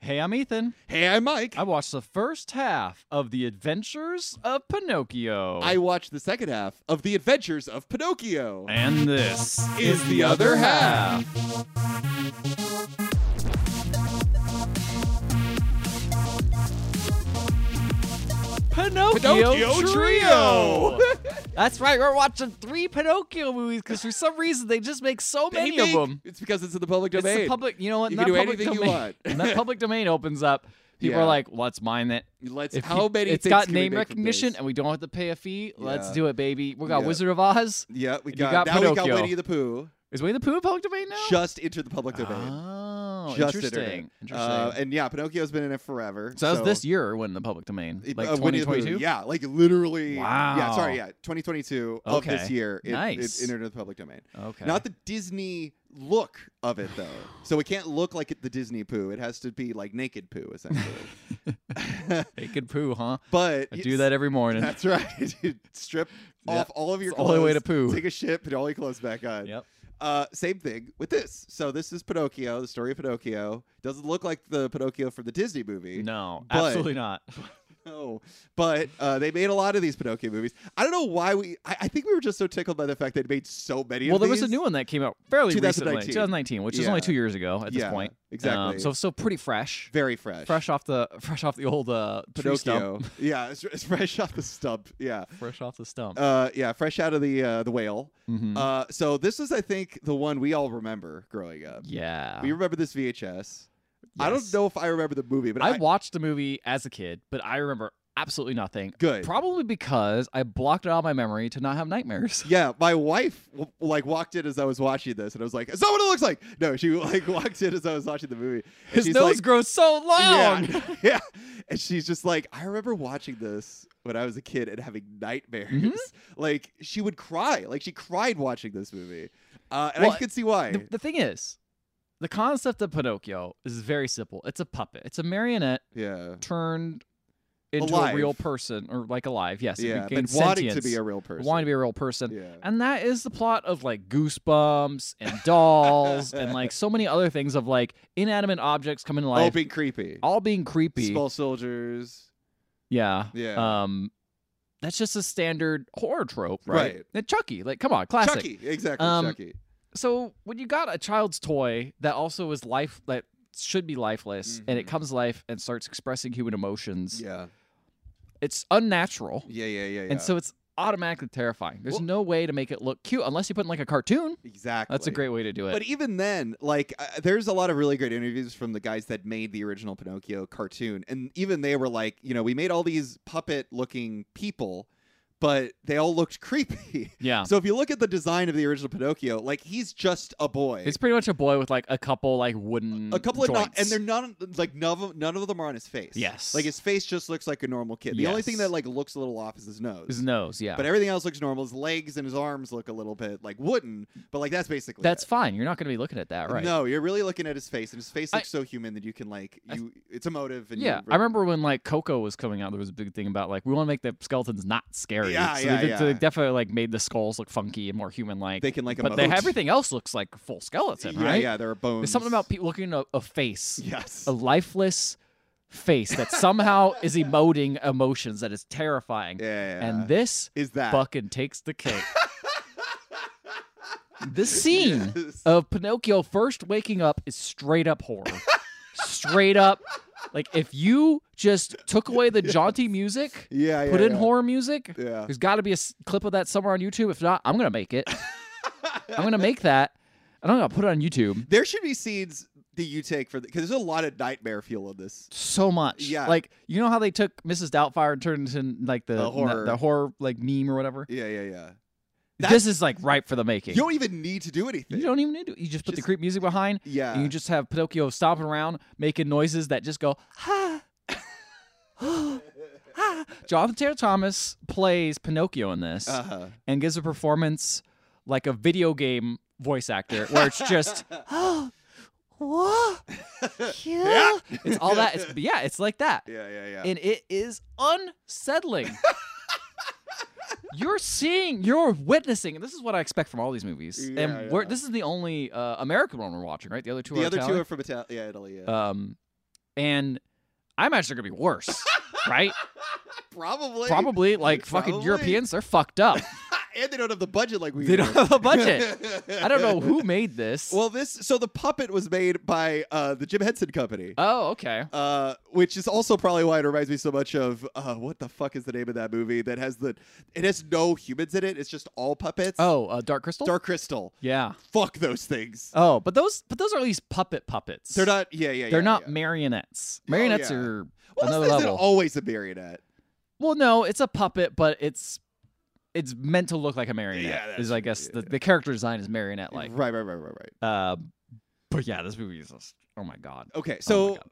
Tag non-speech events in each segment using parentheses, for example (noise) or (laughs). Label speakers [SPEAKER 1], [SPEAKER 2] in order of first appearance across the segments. [SPEAKER 1] Hey, I'm Ethan.
[SPEAKER 2] Hey, I'm Mike.
[SPEAKER 1] I watched the first half of The Adventures of Pinocchio.
[SPEAKER 2] I watched the second half of The Adventures of Pinocchio.
[SPEAKER 1] and this
[SPEAKER 2] Is the other half.
[SPEAKER 1] Pinocchio,
[SPEAKER 2] Pinocchio
[SPEAKER 1] Trio.
[SPEAKER 2] Trio.
[SPEAKER 1] (laughs) That's right. We're watching three Pinocchio movies because for some reason they just make so
[SPEAKER 2] They
[SPEAKER 1] many
[SPEAKER 2] make-
[SPEAKER 1] of them.
[SPEAKER 2] It's because it's in the public
[SPEAKER 1] It's
[SPEAKER 2] domain.
[SPEAKER 1] the public. You know what?
[SPEAKER 2] You
[SPEAKER 1] and
[SPEAKER 2] can
[SPEAKER 1] that
[SPEAKER 2] do
[SPEAKER 1] public
[SPEAKER 2] anything you
[SPEAKER 1] domain,
[SPEAKER 2] want.
[SPEAKER 1] (laughs) and that public domain opens up. People
[SPEAKER 2] Yeah.
[SPEAKER 1] are like, "Let's mine it."
[SPEAKER 2] Let's.
[SPEAKER 1] If
[SPEAKER 2] how
[SPEAKER 1] you-
[SPEAKER 2] many?
[SPEAKER 1] It's
[SPEAKER 2] things
[SPEAKER 1] got
[SPEAKER 2] can we
[SPEAKER 1] name
[SPEAKER 2] make from
[SPEAKER 1] recognition,
[SPEAKER 2] this?
[SPEAKER 1] and we don't have to pay a fee. Let's
[SPEAKER 2] Yeah.
[SPEAKER 1] do it, baby. We got
[SPEAKER 2] Yeah.
[SPEAKER 1] Wizard of Oz.
[SPEAKER 2] Yeah, we
[SPEAKER 1] You
[SPEAKER 2] got,
[SPEAKER 1] got
[SPEAKER 2] now we
[SPEAKER 1] Pinocchio.
[SPEAKER 2] got Winnie the Pooh.
[SPEAKER 1] Is Winnie the Pooh public domain now?
[SPEAKER 2] Just into the public domain.
[SPEAKER 1] Oh,
[SPEAKER 2] Just entered it.
[SPEAKER 1] interesting. Interesting.
[SPEAKER 2] Uh, and yeah, Pinocchio's been in it forever.
[SPEAKER 1] so that was this year when the public domain,
[SPEAKER 2] it-
[SPEAKER 1] like
[SPEAKER 2] uh, Winnie the Pooh,
[SPEAKER 1] 2022.
[SPEAKER 2] Yeah, like literally. Yeah,
[SPEAKER 1] Wow.
[SPEAKER 2] sorry. Yeah, 2022 of this
[SPEAKER 1] Okay.
[SPEAKER 2] year. It,
[SPEAKER 1] Nice.
[SPEAKER 2] it entered the public domain.
[SPEAKER 1] Okay.
[SPEAKER 2] Not the Disney look
[SPEAKER 1] (sighs)
[SPEAKER 2] of it though. So it can't look like it, the Disney poo. It has to be like naked poo
[SPEAKER 1] (laughs)
[SPEAKER 2] essentially.
[SPEAKER 1] Naked Pooh, huh?
[SPEAKER 2] but
[SPEAKER 1] I do that every morning.
[SPEAKER 2] That's right. (laughs) You
[SPEAKER 1] (laughs)
[SPEAKER 2] strip
[SPEAKER 1] Yeah,
[SPEAKER 2] off all of your
[SPEAKER 1] it's the
[SPEAKER 2] clothes.
[SPEAKER 1] only way to poo.
[SPEAKER 2] Take a shit, put all your clothes back on.
[SPEAKER 1] Yep.
[SPEAKER 2] Uh, same thing with this. So this is Pinocchio, the story of Pinocchio. Doesn't look like the Pinocchio from the Disney
[SPEAKER 1] (laughs)
[SPEAKER 2] movie.
[SPEAKER 1] No,
[SPEAKER 2] But-
[SPEAKER 1] absolutely not.
[SPEAKER 2] (laughs) No. But uh, they made a lot of these Pinocchio movies. I don't know why we. I, I think we were just so tickled by the fact they made so many.
[SPEAKER 1] Well,
[SPEAKER 2] of
[SPEAKER 1] there was a
[SPEAKER 2] these.
[SPEAKER 1] new one that came out fairly recently,
[SPEAKER 2] 2019.
[SPEAKER 1] 2019, which is only
[SPEAKER 2] Yeah.
[SPEAKER 1] two years ago at
[SPEAKER 2] Yeah,
[SPEAKER 1] this point.
[SPEAKER 2] exactly.
[SPEAKER 1] Um, so still pretty fresh,
[SPEAKER 2] Very fresh.
[SPEAKER 1] fresh off the (laughs) fresh off the old uh, tree stump. (laughs)
[SPEAKER 2] Pinocchio. (laughs) yeah, it's, it's fresh off the stump. Yeah.
[SPEAKER 1] Fresh off the stump.
[SPEAKER 2] Uh, yeah, fresh out of the uh, the whale.
[SPEAKER 1] Mhm.
[SPEAKER 2] Uh, so this is, I think, the one we all remember growing up.
[SPEAKER 1] yeah.
[SPEAKER 2] We remember this VHS. I
[SPEAKER 1] Yes.
[SPEAKER 2] don't know if I remember the movie, but I,
[SPEAKER 1] I watched the movie as a kid, but I remember absolutely nothing.
[SPEAKER 2] good.
[SPEAKER 1] Probably because I blocked it out of my memory to not have nightmares. (laughs)
[SPEAKER 2] yeah, my wife w- like walked in as I was watching this, and I was like, "Is that what it looks like?" No, she like (laughs) walked in as I was watching the movie. and
[SPEAKER 1] His
[SPEAKER 2] she's
[SPEAKER 1] nose
[SPEAKER 2] like,
[SPEAKER 1] grows so long.
[SPEAKER 2] Yeah, (laughs) yeah. And she's just like, I remember watching this when I was a kid and having nightmares.
[SPEAKER 1] Mhm.
[SPEAKER 2] (laughs) Like she would cry. Like she cried watching this movie. Uh, and I
[SPEAKER 1] Well,
[SPEAKER 2] could see why.
[SPEAKER 1] The, the thing is, the concept of Pinocchio is very simple. It's a puppet. It's a marionette
[SPEAKER 2] yeah.
[SPEAKER 1] turned into
[SPEAKER 2] Alive.
[SPEAKER 1] a real person or like alive. Yes,
[SPEAKER 2] Yeah.
[SPEAKER 1] it
[SPEAKER 2] But
[SPEAKER 1] gained
[SPEAKER 2] wanting to
[SPEAKER 1] sentience,
[SPEAKER 2] be a real person.
[SPEAKER 1] wanting to be a real person.
[SPEAKER 2] yeah.
[SPEAKER 1] And that is the plot of like Goosebumps and Dolls and
[SPEAKER 2] (laughs)
[SPEAKER 1] like so many other things of like inanimate objects coming to
[SPEAKER 2] Oh,
[SPEAKER 1] life,
[SPEAKER 2] being creepy.
[SPEAKER 1] all being creepy.
[SPEAKER 2] Small soldiers.
[SPEAKER 1] Yeah.
[SPEAKER 2] Yeah.
[SPEAKER 1] Um, that's just a standard horror trope, right?
[SPEAKER 2] Right.
[SPEAKER 1] And Chucky, like, come on, classic.
[SPEAKER 2] Chucky. Exactly.
[SPEAKER 1] Um,
[SPEAKER 2] Chucky.
[SPEAKER 1] So when you got a child's toy that also is life that should be lifeless and it
[SPEAKER 2] Mhm.
[SPEAKER 1] comes to life and starts expressing human emotions,
[SPEAKER 2] Yeah.
[SPEAKER 1] it's unnatural,
[SPEAKER 2] Yeah. Yeah. Yeah. yeah.
[SPEAKER 1] and so it's automatically terrifying. There's
[SPEAKER 2] Well-
[SPEAKER 1] no way to make it look cute unless you put in like a cartoon.
[SPEAKER 2] exactly.
[SPEAKER 1] That's a great way to do it.
[SPEAKER 2] But e even then, like, uh, there's a lot of really great interviews from the guys that made the original Pinocchio cartoon, and even they were like, you know, we made all these puppet-looking people, but they all looked (laughs) creepy.
[SPEAKER 1] yeah.
[SPEAKER 2] so if you look at the design of the original Pinocchio, like he's just a boy.
[SPEAKER 1] It's pretty much a boy with like a couple like wooden
[SPEAKER 2] a couple of not,
[SPEAKER 1] joints.
[SPEAKER 2] and they're none like none of, none of them are on his face.
[SPEAKER 1] Yes.
[SPEAKER 2] like his face just looks like a normal kid. The only thing
[SPEAKER 1] Yes.
[SPEAKER 2] that like looks a little off is his nose.
[SPEAKER 1] his nose, yeah.
[SPEAKER 2] But everything else looks normal. His legs and his arms look a little bit like wooden, but like that's basically
[SPEAKER 1] That's
[SPEAKER 2] it.
[SPEAKER 1] fine. You're not going to be looking at that, right?
[SPEAKER 2] No, you're really looking at his face, and his face
[SPEAKER 1] I-
[SPEAKER 2] looks so human that you can like
[SPEAKER 1] I-
[SPEAKER 2] you. It's emotive. And
[SPEAKER 1] Yeah,
[SPEAKER 2] you,
[SPEAKER 1] I remember when like Coco was coming out, there was a big thing about like we want to make the skeletons not scary.
[SPEAKER 2] Yeah,
[SPEAKER 1] so
[SPEAKER 2] yeah,
[SPEAKER 1] they, did- so they
[SPEAKER 2] yeah.
[SPEAKER 1] definitely like made the skulls look funky and more human like.
[SPEAKER 2] they can like.
[SPEAKER 1] But they
[SPEAKER 2] emote.
[SPEAKER 1] everything else looks like a full skeleton,
[SPEAKER 2] Yeah,
[SPEAKER 1] right?
[SPEAKER 2] yeah, there are bones.
[SPEAKER 1] There's something about people looking at a, a face,
[SPEAKER 2] (laughs) Yes.
[SPEAKER 1] a lifeless face that
[SPEAKER 2] (laughs)
[SPEAKER 1] somehow is emoting emotions that is terrifying.
[SPEAKER 2] yeah, yeah, yeah.
[SPEAKER 1] And this
[SPEAKER 2] is that
[SPEAKER 1] fucking takes the cake. this scene
[SPEAKER 2] (laughs) Yes.
[SPEAKER 1] of Pinocchio first waking up is straight up horror. straight up. Like if you just took away the jaunty music,
[SPEAKER 2] Yeah, yeah.
[SPEAKER 1] put in
[SPEAKER 2] yeah.
[SPEAKER 1] horror music,
[SPEAKER 2] Yeah.
[SPEAKER 1] there's got to be a s- clip of that somewhere on YouTube. If not, I'm going to make it. I'm going to make that. And I'm going to put it on YouTube.
[SPEAKER 2] (laughs) There should be scenes that you take for because there's a lot of nightmare fuel in this.
[SPEAKER 1] So much.
[SPEAKER 2] Yeah.
[SPEAKER 1] Like, you know how they took Mrs. Doubtfire and turned it into like the,
[SPEAKER 2] The horror.
[SPEAKER 1] the horror like meme or whatever?
[SPEAKER 2] Yeah, yeah, yeah.
[SPEAKER 1] This is like ripe for the making.
[SPEAKER 2] You don't even need to do anything.
[SPEAKER 1] You don't even need to. You just put the
[SPEAKER 2] Just-
[SPEAKER 1] creep music behind,
[SPEAKER 2] yeah.
[SPEAKER 1] and you just have Pinocchio stomping around, making noises that just go ha. (gasps) ha. Jonathan Taylor Thomas plays Pinocchio in this
[SPEAKER 2] (laughs) uh-huh.
[SPEAKER 1] and gives a performance like a video game voice actor, where it's
[SPEAKER 2] (laughs)
[SPEAKER 1] just (gasps) oh, whoa, yeah. it's all that. It's, yeah, it's like that,
[SPEAKER 2] Yeah, yeah, yeah.
[SPEAKER 1] and it is unsettling. You're seeing, you're witnessing, and this is what I expect from all these movies.
[SPEAKER 2] Yeah,
[SPEAKER 1] and We're,
[SPEAKER 2] yeah.
[SPEAKER 1] this is the only uh, American one we're watching, right? The other two
[SPEAKER 2] the
[SPEAKER 1] are
[SPEAKER 2] other two
[SPEAKER 1] Italian. Uh,
[SPEAKER 2] are from Italy. Yeah, Italy. Yeah.
[SPEAKER 1] Um, and I imagine they're gonna be
[SPEAKER 2] (laughs)
[SPEAKER 1] worse, right?
[SPEAKER 2] Probably.
[SPEAKER 1] Probably like fucking
[SPEAKER 2] Probably.
[SPEAKER 1] Europeans, they're fucked up.
[SPEAKER 2] (laughs) and they don't have the budget like we
[SPEAKER 1] They
[SPEAKER 2] do.
[SPEAKER 1] don't have a budget.
[SPEAKER 2] (laughs)
[SPEAKER 1] I don't know who made this.
[SPEAKER 2] Well, this so the puppet was made by uh, the Jim Henson Company.
[SPEAKER 1] oh, okay.
[SPEAKER 2] Uh, which is also probably why it reminds me so much of uh, what the fuck is the name of that movie that has the it has no humans in it. It's just all puppets.
[SPEAKER 1] Oh, uh, Dark Crystal.
[SPEAKER 2] Dark Crystal.
[SPEAKER 1] Yeah.
[SPEAKER 2] Fuck those things.
[SPEAKER 1] Oh, but those but those are at least puppet puppets.
[SPEAKER 2] They're not. Yeah, yeah.
[SPEAKER 1] They're
[SPEAKER 2] yeah,
[SPEAKER 1] not
[SPEAKER 2] Yeah. Oh,
[SPEAKER 1] marionettes. Marionettes
[SPEAKER 2] yeah.
[SPEAKER 1] are
[SPEAKER 2] Well,
[SPEAKER 1] another
[SPEAKER 2] this
[SPEAKER 1] level.
[SPEAKER 2] isn't always a marionette.
[SPEAKER 1] Well, no, it's a puppet, but it's it's meant to look like a
[SPEAKER 2] Yeah,
[SPEAKER 1] marionette.
[SPEAKER 2] that's
[SPEAKER 1] is I
[SPEAKER 2] true,
[SPEAKER 1] guess
[SPEAKER 2] yeah,
[SPEAKER 1] the, the character design is marionette like.
[SPEAKER 2] right, right, right, right, right.
[SPEAKER 1] Uh, but yeah, this movie is just oh my god.
[SPEAKER 2] Okay,
[SPEAKER 1] Oh my
[SPEAKER 2] so
[SPEAKER 1] God.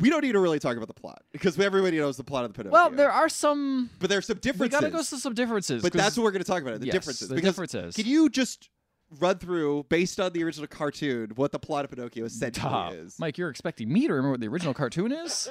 [SPEAKER 2] we don't need to really talk about the plot because everybody knows the plot of the Pinocchio.
[SPEAKER 1] well, there are some
[SPEAKER 2] but there's some
[SPEAKER 1] we
[SPEAKER 2] differences.
[SPEAKER 1] gotta go to some differences.
[SPEAKER 2] but
[SPEAKER 1] 'cause-
[SPEAKER 2] that's what we're going to talk about: Uh, the
[SPEAKER 1] yes,
[SPEAKER 2] differences.
[SPEAKER 1] The
[SPEAKER 2] because
[SPEAKER 1] differences. (laughs)
[SPEAKER 2] Can you just run through, based on the original cartoon, what the plot of Pinocchio essentially
[SPEAKER 1] Duh.
[SPEAKER 2] is?
[SPEAKER 1] Mike, you're expecting me to remember what the original cartoon is?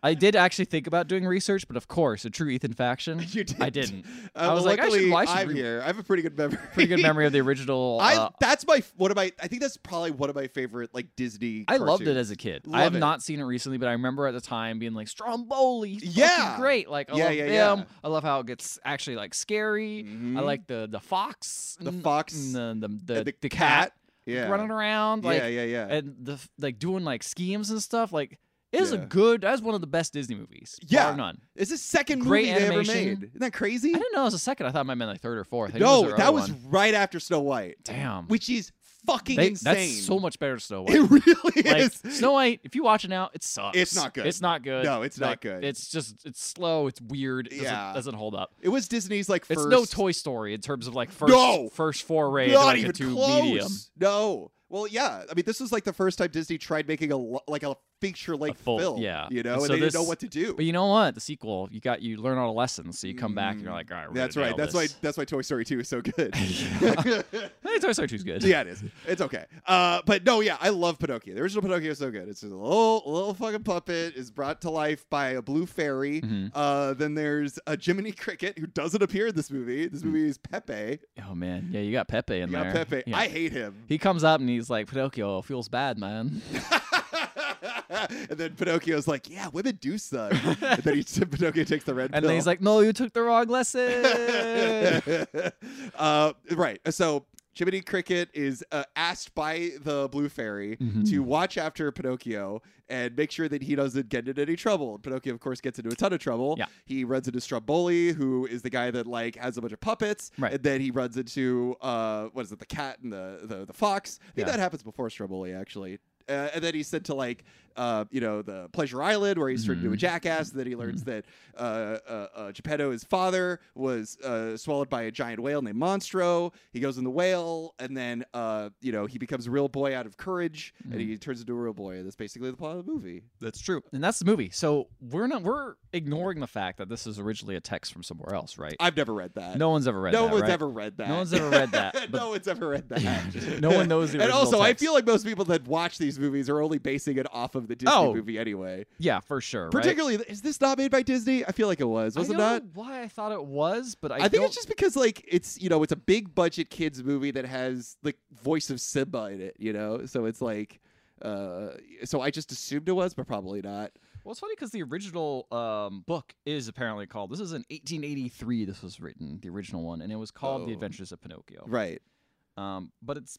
[SPEAKER 1] I did actually think about doing research, but of course, a true Ethan faction.
[SPEAKER 2] (laughs) (laughs) You did.
[SPEAKER 1] I didn't.
[SPEAKER 2] Uh,
[SPEAKER 1] I was
[SPEAKER 2] well,
[SPEAKER 1] like, I should-
[SPEAKER 2] luckily,
[SPEAKER 1] well, I should
[SPEAKER 2] I'm
[SPEAKER 1] re-
[SPEAKER 2] here. I have a pretty good memory.
[SPEAKER 1] Pretty good memory of the original.
[SPEAKER 2] (laughs) I
[SPEAKER 1] uh,
[SPEAKER 2] that's my one of my. I think that's probably one of my favorite like Disney.
[SPEAKER 1] I loved it
[SPEAKER 2] cartoons.
[SPEAKER 1] as a kid. I
[SPEAKER 2] Love
[SPEAKER 1] have
[SPEAKER 2] it.
[SPEAKER 1] not seen it recently, but I remember at the time being like Stromboli, he's fucking
[SPEAKER 2] Yeah.
[SPEAKER 1] great. Like I
[SPEAKER 2] Yeah,
[SPEAKER 1] love
[SPEAKER 2] yeah,
[SPEAKER 1] him.
[SPEAKER 2] yeah.
[SPEAKER 1] I love how it gets actually like scary. I
[SPEAKER 2] Mhm.
[SPEAKER 1] like the the fox,
[SPEAKER 2] The
[SPEAKER 1] and-
[SPEAKER 2] fox
[SPEAKER 1] and the the, the,
[SPEAKER 2] And the,
[SPEAKER 1] the cat,
[SPEAKER 2] Yeah.
[SPEAKER 1] running around, like
[SPEAKER 2] yeah, yeah, yeah.
[SPEAKER 1] and the f- like doing like schemes and stuff. Like it is a
[SPEAKER 2] Yeah.
[SPEAKER 1] good. That's one of the best Disney movies.
[SPEAKER 2] Yeah.
[SPEAKER 1] bar none.
[SPEAKER 2] it's the second
[SPEAKER 1] great
[SPEAKER 2] movie they ever
[SPEAKER 1] animation.
[SPEAKER 2] made. Isn't that crazy?
[SPEAKER 1] I didn't know it was a second. I thought it might have been like third or fourth. I think it
[SPEAKER 2] No,
[SPEAKER 1] their
[SPEAKER 2] that
[SPEAKER 1] other
[SPEAKER 2] was
[SPEAKER 1] one.
[SPEAKER 2] right after Snow White,
[SPEAKER 1] damn.
[SPEAKER 2] which is fucking
[SPEAKER 1] They-
[SPEAKER 2] insane.
[SPEAKER 1] That's so much better than Snow White.
[SPEAKER 2] (laughs) It really
[SPEAKER 1] Like
[SPEAKER 2] is.
[SPEAKER 1] Snow White, if you watch it now, it sucks.
[SPEAKER 2] It's not good.
[SPEAKER 1] It's not good.
[SPEAKER 2] No, it's not
[SPEAKER 1] Like,
[SPEAKER 2] good.
[SPEAKER 1] It's just it's slow. It's weird. It doesn't,
[SPEAKER 2] Yeah.
[SPEAKER 1] doesn't hold up.
[SPEAKER 2] It was Disney's like first.
[SPEAKER 1] It's no Toy Story in terms of like first
[SPEAKER 2] No!
[SPEAKER 1] first foray into
[SPEAKER 2] Not
[SPEAKER 1] like
[SPEAKER 2] even
[SPEAKER 1] a two
[SPEAKER 2] close.
[SPEAKER 1] medium.
[SPEAKER 2] No. Well, yeah. I mean, this was like the first time Disney tried making a lo- like a feature length
[SPEAKER 1] full-
[SPEAKER 2] film.
[SPEAKER 1] yeah.
[SPEAKER 2] You know,
[SPEAKER 1] And
[SPEAKER 2] and,
[SPEAKER 1] so
[SPEAKER 2] they
[SPEAKER 1] this-
[SPEAKER 2] didn't know what to do.
[SPEAKER 1] But you know what? The sequel, you got you learn all the lessons, so you come back and you're
[SPEAKER 2] Mm,
[SPEAKER 1] like, all right, we're
[SPEAKER 2] that's
[SPEAKER 1] gonna
[SPEAKER 2] right.
[SPEAKER 1] nail
[SPEAKER 2] That's
[SPEAKER 1] this.
[SPEAKER 2] why. That's why Toy Story
[SPEAKER 1] (laughs)
[SPEAKER 2] Two is so good.
[SPEAKER 1] Eh, Toy Story 2's good.
[SPEAKER 2] (laughs) yeah, it is. It's okay. Uh, but no, yeah, I love Pinocchio. The original Pinocchio is so good. It's just a little little fucking puppet is brought to life by a blue fairy.
[SPEAKER 1] Mhm.
[SPEAKER 2] Uh, then there's a Jiminy Cricket who doesn't appear in this movie. This
[SPEAKER 1] Mm.
[SPEAKER 2] movie is Pepe.
[SPEAKER 1] Oh man, yeah, you got Pepe in
[SPEAKER 2] You
[SPEAKER 1] there.
[SPEAKER 2] got Pepe.
[SPEAKER 1] Yeah.
[SPEAKER 2] I hate him.
[SPEAKER 1] he comes up and he's like, Pinocchio feels bad,
[SPEAKER 2] (laughs)
[SPEAKER 1] man.
[SPEAKER 2] and then Pinocchio's like, "Yeah, women do suck." and then he, (laughs) Pinocchio takes the red
[SPEAKER 1] And
[SPEAKER 2] pill.
[SPEAKER 1] then he's like, No, you took the wrong lesson.
[SPEAKER 2] (laughs) uh, right. So Jiminy Cricket is uh, asked by the Blue Fairy
[SPEAKER 1] Mhm.
[SPEAKER 2] to watch after Pinocchio and make sure that he doesn't get into any trouble. And Pinocchio, of course, gets into a ton of trouble.
[SPEAKER 1] Yeah.
[SPEAKER 2] He runs into Stromboli, who is the guy that like has a bunch of puppets.
[SPEAKER 1] Right.
[SPEAKER 2] And then he runs into uh, what is it, the cat and the the, the fox. I think
[SPEAKER 1] Yeah.
[SPEAKER 2] that happens before Stromboli, actually. Uh, and then he's sent to like, uh, you know, the Pleasure Island where he's turned into a
[SPEAKER 1] Mhm.
[SPEAKER 2] jackass. And then he learns
[SPEAKER 1] Mm-hmm.
[SPEAKER 2] that uh, uh, uh, Geppetto, his father, was uh, swallowed by a giant whale named Monstro. He goes in the whale, and then uh, you know he becomes a real boy out of courage, and
[SPEAKER 1] Mhm.
[SPEAKER 2] he turns into a real boy. And that's basically the plot of the movie.
[SPEAKER 1] That's true. And that's the movie. So we're not we're ignoring the fact that this is originally a text from somewhere else, right?
[SPEAKER 2] I've never read that.
[SPEAKER 1] no one's ever read
[SPEAKER 2] no
[SPEAKER 1] that.
[SPEAKER 2] one's
[SPEAKER 1] right?
[SPEAKER 2] ever read that.
[SPEAKER 1] No one's ever read
[SPEAKER 2] (laughs)
[SPEAKER 1] that, but-
[SPEAKER 2] no one's ever read
[SPEAKER 1] (laughs)
[SPEAKER 2] that.
[SPEAKER 1] No one knows the
[SPEAKER 2] and
[SPEAKER 1] original
[SPEAKER 2] also, I
[SPEAKER 1] text.
[SPEAKER 2] feel like most people that watch these movies are only basing it off of the Disney
[SPEAKER 1] Oh.
[SPEAKER 2] movie anyway.
[SPEAKER 1] Yeah, for sure. right?
[SPEAKER 2] Particularly, is this not made by Disney? I feel like it was. Was
[SPEAKER 1] I
[SPEAKER 2] it
[SPEAKER 1] don't
[SPEAKER 2] not?
[SPEAKER 1] know why I thought it was, but I,
[SPEAKER 2] I, think
[SPEAKER 1] don't-
[SPEAKER 2] it's just because like it's you know it's a big budget kids movie that has the voice of Simba in it, you know. So it's like, uh, so I just assumed it was, but probably not.
[SPEAKER 1] well, it's funny because the original um, book is apparently called. This is in 1883. This was written, the original one, and it was called The
[SPEAKER 2] Oh.
[SPEAKER 1] Adventures of Pinocchio.
[SPEAKER 2] Right.
[SPEAKER 1] Um, but it's,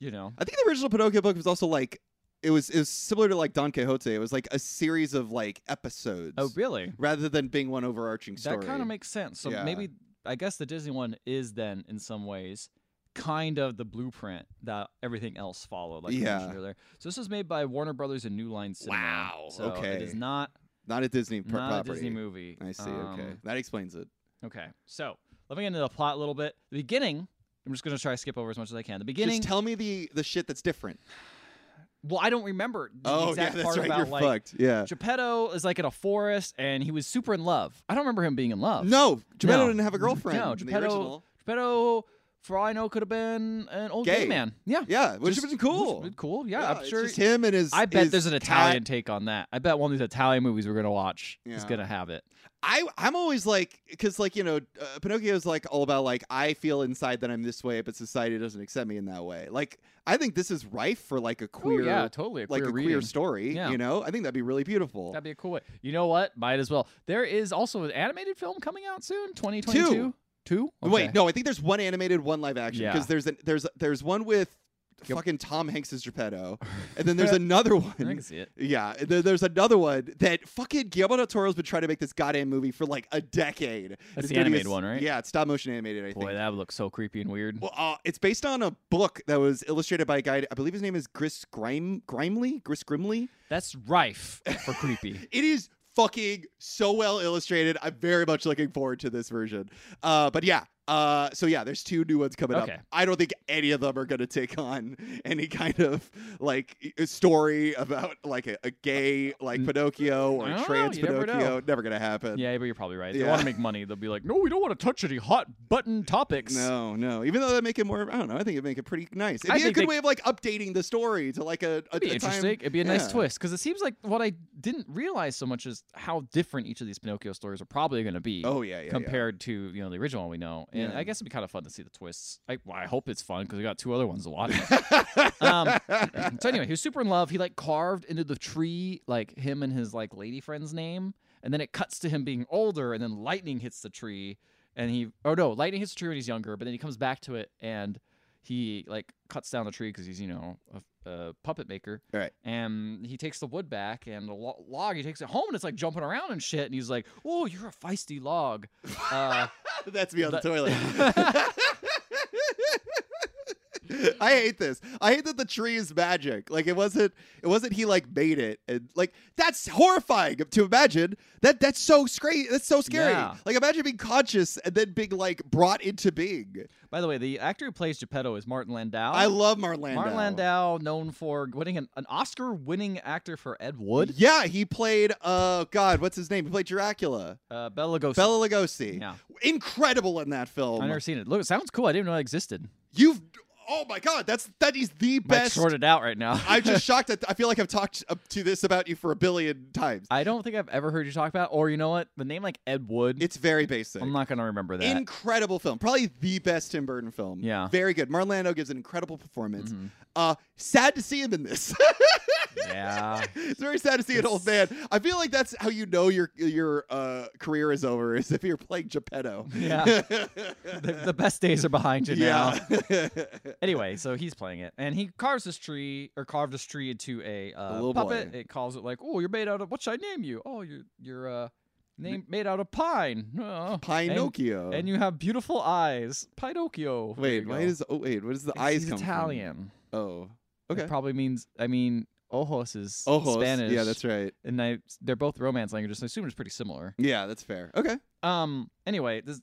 [SPEAKER 1] you know,
[SPEAKER 2] I think the original Pinocchio book was also like it was it was similar to like Don Quixote. It was like a series of like episodes
[SPEAKER 1] oh really?
[SPEAKER 2] rather than being one overarching story.
[SPEAKER 1] That kind of makes sense. So
[SPEAKER 2] Yeah.
[SPEAKER 1] maybe I guess the Disney one is then in some ways kind of the blueprint that everything else followed. Like you mentioned
[SPEAKER 2] Yeah.
[SPEAKER 1] earlier. So this is made by Warner Brothers and New Line Cinema.
[SPEAKER 2] Wow,
[SPEAKER 1] So It is
[SPEAKER 2] okay.
[SPEAKER 1] not,
[SPEAKER 2] not a Disney pro-
[SPEAKER 1] not
[SPEAKER 2] property.
[SPEAKER 1] a Disney movie.
[SPEAKER 2] I see. okay,
[SPEAKER 1] Um,
[SPEAKER 2] that explains it.
[SPEAKER 1] Okay. So let me get into the plot a little bit. The beginning. I'm just gonna try to skip over as much as I can. The beginning.
[SPEAKER 2] Just tell me the the shit that's different.
[SPEAKER 1] well, I don't remember the
[SPEAKER 2] Oh yeah,
[SPEAKER 1] exact part
[SPEAKER 2] that's right.
[SPEAKER 1] about
[SPEAKER 2] You're
[SPEAKER 1] like
[SPEAKER 2] fucked. Yeah.
[SPEAKER 1] Geppetto is like in a forest and he was super in love. I don't remember him being in love.
[SPEAKER 2] No, Geppetto
[SPEAKER 1] No.
[SPEAKER 2] didn't have a girlfriend.
[SPEAKER 1] No,
[SPEAKER 2] in the
[SPEAKER 1] Geppetto-
[SPEAKER 2] original.
[SPEAKER 1] Geppetto for all I know, could have been an old
[SPEAKER 2] Gay.
[SPEAKER 1] gay, man. Yeah.
[SPEAKER 2] Yeah, which
[SPEAKER 1] Just-
[SPEAKER 2] would have been cool.
[SPEAKER 1] which would've been cool. Yeah, I'm
[SPEAKER 2] it's
[SPEAKER 1] sure.
[SPEAKER 2] just him and his.
[SPEAKER 1] I bet
[SPEAKER 2] his
[SPEAKER 1] there's an
[SPEAKER 2] cat.
[SPEAKER 1] Italian take on that. I bet one of these Italian movies we're gonna watch is
[SPEAKER 2] Yeah.
[SPEAKER 1] gonna have it.
[SPEAKER 2] I I'm always like because like you know uh, Pinocchio's like all about like I feel inside that I'm this way, but society doesn't accept me in that way. Like I think this is rife for like a queer,
[SPEAKER 1] oh, yeah, totally.
[SPEAKER 2] like
[SPEAKER 1] queer
[SPEAKER 2] a queer
[SPEAKER 1] reading.
[SPEAKER 2] story.
[SPEAKER 1] Yeah.
[SPEAKER 2] You know, I think that'd be really beautiful.
[SPEAKER 1] That'd be a cool way. You know what? Might as well. There is also an animated film coming out soon. 2022. Two. Okay.
[SPEAKER 2] Wait, no, I think there's one animated, one live action
[SPEAKER 1] Yeah.
[SPEAKER 2] because there's an, there's there's one with
[SPEAKER 1] Yep.
[SPEAKER 2] fucking Tom Hanks as
[SPEAKER 1] (laughs)
[SPEAKER 2] Geppetto, and then there's another
[SPEAKER 1] I can
[SPEAKER 2] one.
[SPEAKER 1] see it.
[SPEAKER 2] Yeah, and then there's another one that fucking Guillermo del Toro's been trying to make this goddamn movie for like a decade.
[SPEAKER 1] That's
[SPEAKER 2] It's
[SPEAKER 1] the
[SPEAKER 2] gonna be a
[SPEAKER 1] animated
[SPEAKER 2] s-
[SPEAKER 1] one, right?
[SPEAKER 2] Yeah, it's stop motion animated. I think.
[SPEAKER 1] Boy, that would look so creepy and weird.
[SPEAKER 2] Well, uh, it's based on a book that was illustrated by a guy. I believe his name is Gris Grime Grimley. Gris Grimley.
[SPEAKER 1] That's rife for creepy.
[SPEAKER 2] (laughs) It is fucking so well illustrated. I'm very much looking forward to this version. Uh, but yeah. Uh, so yeah, there's two new ones coming up.
[SPEAKER 1] Okay.
[SPEAKER 2] I don't think any of them are going to take on (laughs) any kind of like i- story about like a, a gay like
[SPEAKER 1] N-
[SPEAKER 2] Pinocchio or
[SPEAKER 1] I don't
[SPEAKER 2] a
[SPEAKER 1] know,
[SPEAKER 2] trans
[SPEAKER 1] you never
[SPEAKER 2] Pinocchio.
[SPEAKER 1] know.
[SPEAKER 2] Never going to happen.
[SPEAKER 1] yeah, but you're probably right. They
[SPEAKER 2] Yeah.
[SPEAKER 1] want to make money. They'll be like, no, we don't want to touch any hot button topics.
[SPEAKER 2] No, no. Even though they make it more, I don't know. I think it'd make it pretty nice. It'd
[SPEAKER 1] I
[SPEAKER 2] be a
[SPEAKER 1] think
[SPEAKER 2] good
[SPEAKER 1] they-
[SPEAKER 2] way of like updating the story to like a, a,
[SPEAKER 1] It'd be
[SPEAKER 2] a time-
[SPEAKER 1] interesting. It'd be a nice
[SPEAKER 2] yeah.
[SPEAKER 1] twist because it seems like what I didn't realize so much is how different each of these Pinocchio stories are probably going to be.
[SPEAKER 2] Oh yeah, yeah. yeah.
[SPEAKER 1] compared to you know the original one we know. And
[SPEAKER 2] Yeah.
[SPEAKER 1] I guess it'd be kind of fun to see the twists. I, well, I hope it's fun because we got two other ones to
[SPEAKER 2] (laughs)
[SPEAKER 1] watch. um, so anyway, he was super in love. He like carved into the tree like him and his like lady friend's name, and then it cuts to him being older, and then lightning hits the tree, and he oh no, lightning hits the tree when he's younger, but then he comes back to it and. He like cuts down the tree because he's you know a, a puppet maker,
[SPEAKER 2] Right.
[SPEAKER 1] And he takes the wood back and the lo- log. He takes it home and it's like jumping around and shit. And he's like, "Oh, you're a feisty
[SPEAKER 2] (laughs)
[SPEAKER 1] log." Uh,
[SPEAKER 2] (laughs) That's me on the
[SPEAKER 1] That-
[SPEAKER 2] toilet.
[SPEAKER 1] (laughs)
[SPEAKER 2] I hate this. I hate that the tree is magic. Like it wasn't. It wasn't he like made it and like that's horrifying to imagine. That that's so scary. That's so scary.
[SPEAKER 1] Yeah.
[SPEAKER 2] Like imagine being conscious and then being like brought into being.
[SPEAKER 1] by the way, the actor who plays Geppetto is Martin Landau.
[SPEAKER 2] I love Marlanda.
[SPEAKER 1] Martin Landau, known for winning an, an Oscar-winning actor for Ed Wood,
[SPEAKER 2] Yeah, he played. Uh, God, what's his name? He played Dracula.
[SPEAKER 1] uh, Bela Lugosi.
[SPEAKER 2] Bela Lugosi.
[SPEAKER 1] Yeah,
[SPEAKER 2] Incredible in that film.
[SPEAKER 1] I've never seen it. Look, it sounds cool. I didn't even know it existed.
[SPEAKER 2] You've. Oh my God, that's that is the
[SPEAKER 1] Mike's
[SPEAKER 2] best.
[SPEAKER 1] sorted out right now. (laughs)
[SPEAKER 2] I'm just shocked that I feel like I've talked up to this about you for a billion
[SPEAKER 1] (laughs)
[SPEAKER 2] times.
[SPEAKER 1] I don't think I've ever heard you talk about, or you know what, the name like Ed Wood.
[SPEAKER 2] It's very basic.
[SPEAKER 1] I'm not gonna remember that.
[SPEAKER 2] Incredible film, probably the best Tim Burton film.
[SPEAKER 1] Yeah.
[SPEAKER 2] very good. Marlando gives an incredible performance.
[SPEAKER 1] Mhm.
[SPEAKER 2] Uh, sad to see him in this. (laughs)
[SPEAKER 1] Yeah.
[SPEAKER 2] it's very sad to see an old man. I feel like that's how you know your your uh, career is over is if you're playing Geppetto. (laughs)
[SPEAKER 1] Yeah, (laughs) the, the best days are behind you now.
[SPEAKER 2] yeah.
[SPEAKER 1] (laughs) anyway, so he's playing it, and he carves this tree or carved this tree into a, uh,
[SPEAKER 2] little
[SPEAKER 1] puppet.
[SPEAKER 2] boy.
[SPEAKER 1] It calls it like, "Oh, you're made out of what should I name you? Oh, you're you're uh, name made out of pine. (laughs) Oh,
[SPEAKER 2] Pinocchio.
[SPEAKER 1] and, and you have beautiful eyes, Pinocchio. There
[SPEAKER 2] wait,
[SPEAKER 1] you
[SPEAKER 2] why
[SPEAKER 1] go.
[SPEAKER 2] does oh wait, what does the
[SPEAKER 1] It's-
[SPEAKER 2] eyes
[SPEAKER 1] he's
[SPEAKER 2] come
[SPEAKER 1] Italian?
[SPEAKER 2] from? Oh,
[SPEAKER 1] It
[SPEAKER 2] okay.
[SPEAKER 1] probably means I mean ojos is
[SPEAKER 2] Ojos.
[SPEAKER 1] Spanish.
[SPEAKER 2] Yeah, that's right.
[SPEAKER 1] And I, they're both Romance languages. So I assume it's pretty similar.
[SPEAKER 2] Yeah, that's fair. Okay.
[SPEAKER 1] Um. Anyway, this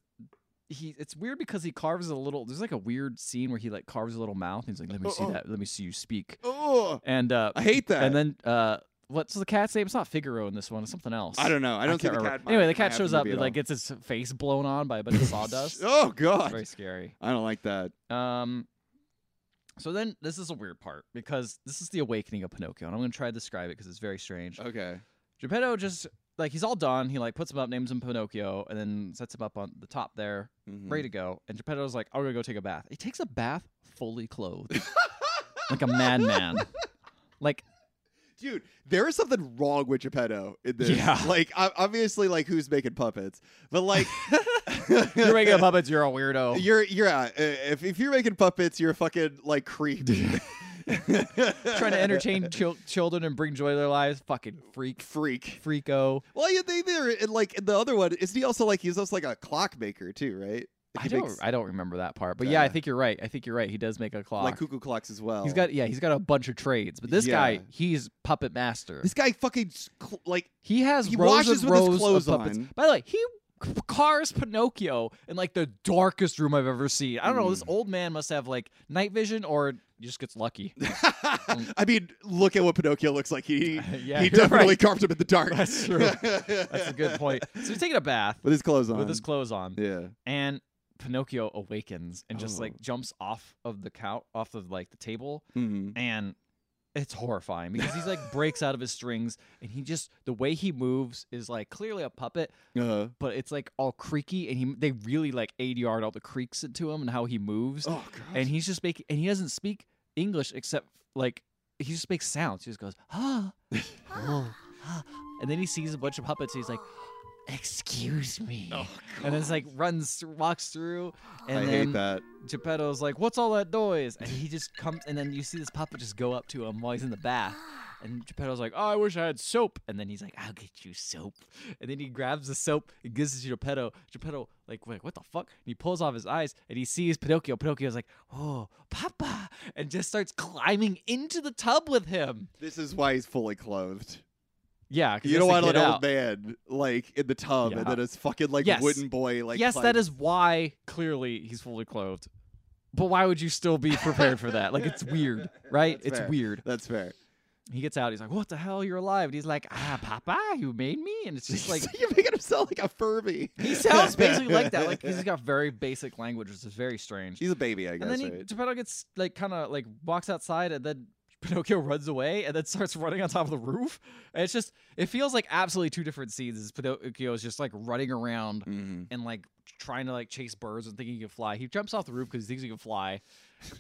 [SPEAKER 1] he it's weird because he carves a little. There's like a weird scene where he like carves a little mouth. And he's like, "Let me see
[SPEAKER 2] Uh-oh.
[SPEAKER 1] that. Let me see you speak."
[SPEAKER 2] Oh,
[SPEAKER 1] And uh,
[SPEAKER 2] I hate that.
[SPEAKER 1] and then uh, what's the cat's name? It's not Figaro in this one. It's something else.
[SPEAKER 2] I don't know. I don't see
[SPEAKER 1] can't
[SPEAKER 2] the
[SPEAKER 1] remember.
[SPEAKER 2] cat.
[SPEAKER 1] anyway, the
[SPEAKER 2] might
[SPEAKER 1] cat
[SPEAKER 2] happen
[SPEAKER 1] shows
[SPEAKER 2] to
[SPEAKER 1] up.
[SPEAKER 2] be
[SPEAKER 1] It
[SPEAKER 2] at
[SPEAKER 1] like
[SPEAKER 2] all.
[SPEAKER 1] gets his face blown on by a
[SPEAKER 2] (laughs)
[SPEAKER 1] bunch of sawdust.
[SPEAKER 2] Oh
[SPEAKER 1] It's
[SPEAKER 2] god,
[SPEAKER 1] very scary.
[SPEAKER 2] I don't like that.
[SPEAKER 1] Um. So then, this is a weird part because this is the awakening of Pinocchio, and I'm going to try to describe it because it's very strange.
[SPEAKER 2] Okay.
[SPEAKER 1] Geppetto just like he's all done. He like puts him up, names him Pinocchio, and then sets him up on the top there,
[SPEAKER 2] Mhm.
[SPEAKER 1] ready to go. And Geppetto's like, "I'm gonna go take a bath." He takes a bath fully
[SPEAKER 2] (laughs)
[SPEAKER 1] clothed, like a madman. Like
[SPEAKER 2] Dude, there is something wrong with Geppetto in this.
[SPEAKER 1] Yeah.
[SPEAKER 2] (laughs) Like, o- obviously, like who's making puppets, but like
[SPEAKER 1] (laughs) you're making up puppets, you're a weirdo.
[SPEAKER 2] (laughs) You're you're uh, if if you're making puppets, you're a fucking like creep. Trying
[SPEAKER 1] (laughs) trying
[SPEAKER 2] (laughs)
[SPEAKER 1] to entertain chil- children and bring joy to their lives. Fucking freak,
[SPEAKER 2] freak.
[SPEAKER 1] freako.
[SPEAKER 2] Well, you think there and like in the other one, isn't he also like he's also like a clockmaker too, right? Like,
[SPEAKER 1] I
[SPEAKER 2] he
[SPEAKER 1] don't,
[SPEAKER 2] makes,
[SPEAKER 1] I don't remember that part, but yeah, I
[SPEAKER 2] Yeah.
[SPEAKER 1] think you're right. I think you're right. He does make a clock.
[SPEAKER 2] like cuckoo clocks as well.
[SPEAKER 1] He's got, yeah, he's got a bunch of trades, but this
[SPEAKER 2] Oh. Yeah.
[SPEAKER 1] guy, he's puppet master.
[SPEAKER 2] this guy fucking s- cl-
[SPEAKER 1] (laughs)
[SPEAKER 2] like (laughs)
[SPEAKER 1] He has
[SPEAKER 2] He
[SPEAKER 1] rows
[SPEAKER 2] washes
[SPEAKER 1] and
[SPEAKER 2] with his
[SPEAKER 1] rows
[SPEAKER 2] clothes
[SPEAKER 1] of puppets.
[SPEAKER 2] on.
[SPEAKER 1] By the way, he cars Pinocchio in like the darkest room I've ever seen. I don't know. This
[SPEAKER 2] Hmm.
[SPEAKER 1] old man must have like night vision, or he just gets lucky.
[SPEAKER 2] I mean, look at what Pinocchio looks like.
[SPEAKER 1] (laughs)
[SPEAKER 2] He
[SPEAKER 1] Yeah,
[SPEAKER 2] he
[SPEAKER 1] you're
[SPEAKER 2] definitely
[SPEAKER 1] right.
[SPEAKER 2] carved him in the dark. (laughs)
[SPEAKER 1] That's true. That's a good point. So he's taking a bath
[SPEAKER 2] With his clothes on.
[SPEAKER 1] with his clothes on,
[SPEAKER 2] yeah.
[SPEAKER 1] and Pinocchio awakens and just
[SPEAKER 2] Oh.
[SPEAKER 1] like jumps off of the couch, off of like the table,
[SPEAKER 2] Mhm.
[SPEAKER 1] and it's horrifying because he's like breaks out of his strings and he just the way he moves is like clearly a puppet,
[SPEAKER 2] Uh,
[SPEAKER 1] but it's like all creaky and he they really like ADR'd all the creaks into him and how he moves,
[SPEAKER 2] oh god.
[SPEAKER 1] and he's just making and he doesn't speak English except like he just makes sounds. He just goes
[SPEAKER 2] (laughs)
[SPEAKER 1] ah, oh, ah. and then he sees a bunch of puppets. he's like, excuse me. And then it's like runs, walks through, and
[SPEAKER 2] Oh, I
[SPEAKER 1] then
[SPEAKER 2] hate that.
[SPEAKER 1] Geppetto's like, "What's all that noise?" And he just comes, and then you see this puppet just go up to him while he's in the bath, and Geppetto's like, "Oh, I wish I had soap." And then he's like, "I'll get you soap," and then he grabs the soap and gives it to Geppetto. Geppetto like, "Wait, what the fuck?" And he pulls off his eyes, and he sees Pinocchio. Pinocchio's like, "Oh, Papa," and just starts climbing into the tub with him.
[SPEAKER 2] This is why he's fully clothed.
[SPEAKER 1] Yeah, 'cause
[SPEAKER 2] You don't
[SPEAKER 1] he has
[SPEAKER 2] want
[SPEAKER 1] to
[SPEAKER 2] an
[SPEAKER 1] get
[SPEAKER 2] old
[SPEAKER 1] out.
[SPEAKER 2] man like in the tub,
[SPEAKER 1] Yeah.
[SPEAKER 2] and then his fucking like
[SPEAKER 1] Yes.
[SPEAKER 2] wooden boy like.
[SPEAKER 1] yes, that
[SPEAKER 2] climbs-
[SPEAKER 1] is why clearly he's fully clothed. But why would you still be prepared for that? Like it's
[SPEAKER 2] (laughs)
[SPEAKER 1] weird, right?
[SPEAKER 2] That's
[SPEAKER 1] it's
[SPEAKER 2] fair.
[SPEAKER 1] weird.
[SPEAKER 2] That's fair.
[SPEAKER 1] He gets out. He's like, "What the hell? You're alive!" And he's like, "Ah, Papa, you made me." And
[SPEAKER 2] (laughs)
[SPEAKER 1] it's (laughs) just like
[SPEAKER 2] you're making him sound like a Furby.
[SPEAKER 1] he sounds basically like that. Like he's got very basic language, which is very strange.
[SPEAKER 2] he's a baby, I guess.
[SPEAKER 1] and then he, (laughs)
[SPEAKER 2] right?
[SPEAKER 1] Geppetto gets like kind of like walks outside, and then (laughs) Pinocchio runs away, and then starts running on top of the roof. And it's just it feels like absolutely two different scenes. As Pinocchio is just like running around
[SPEAKER 2] Mhm.
[SPEAKER 1] and like trying to like chase birds and thinking he can fly. He jumps off the roof because he thinks he can fly.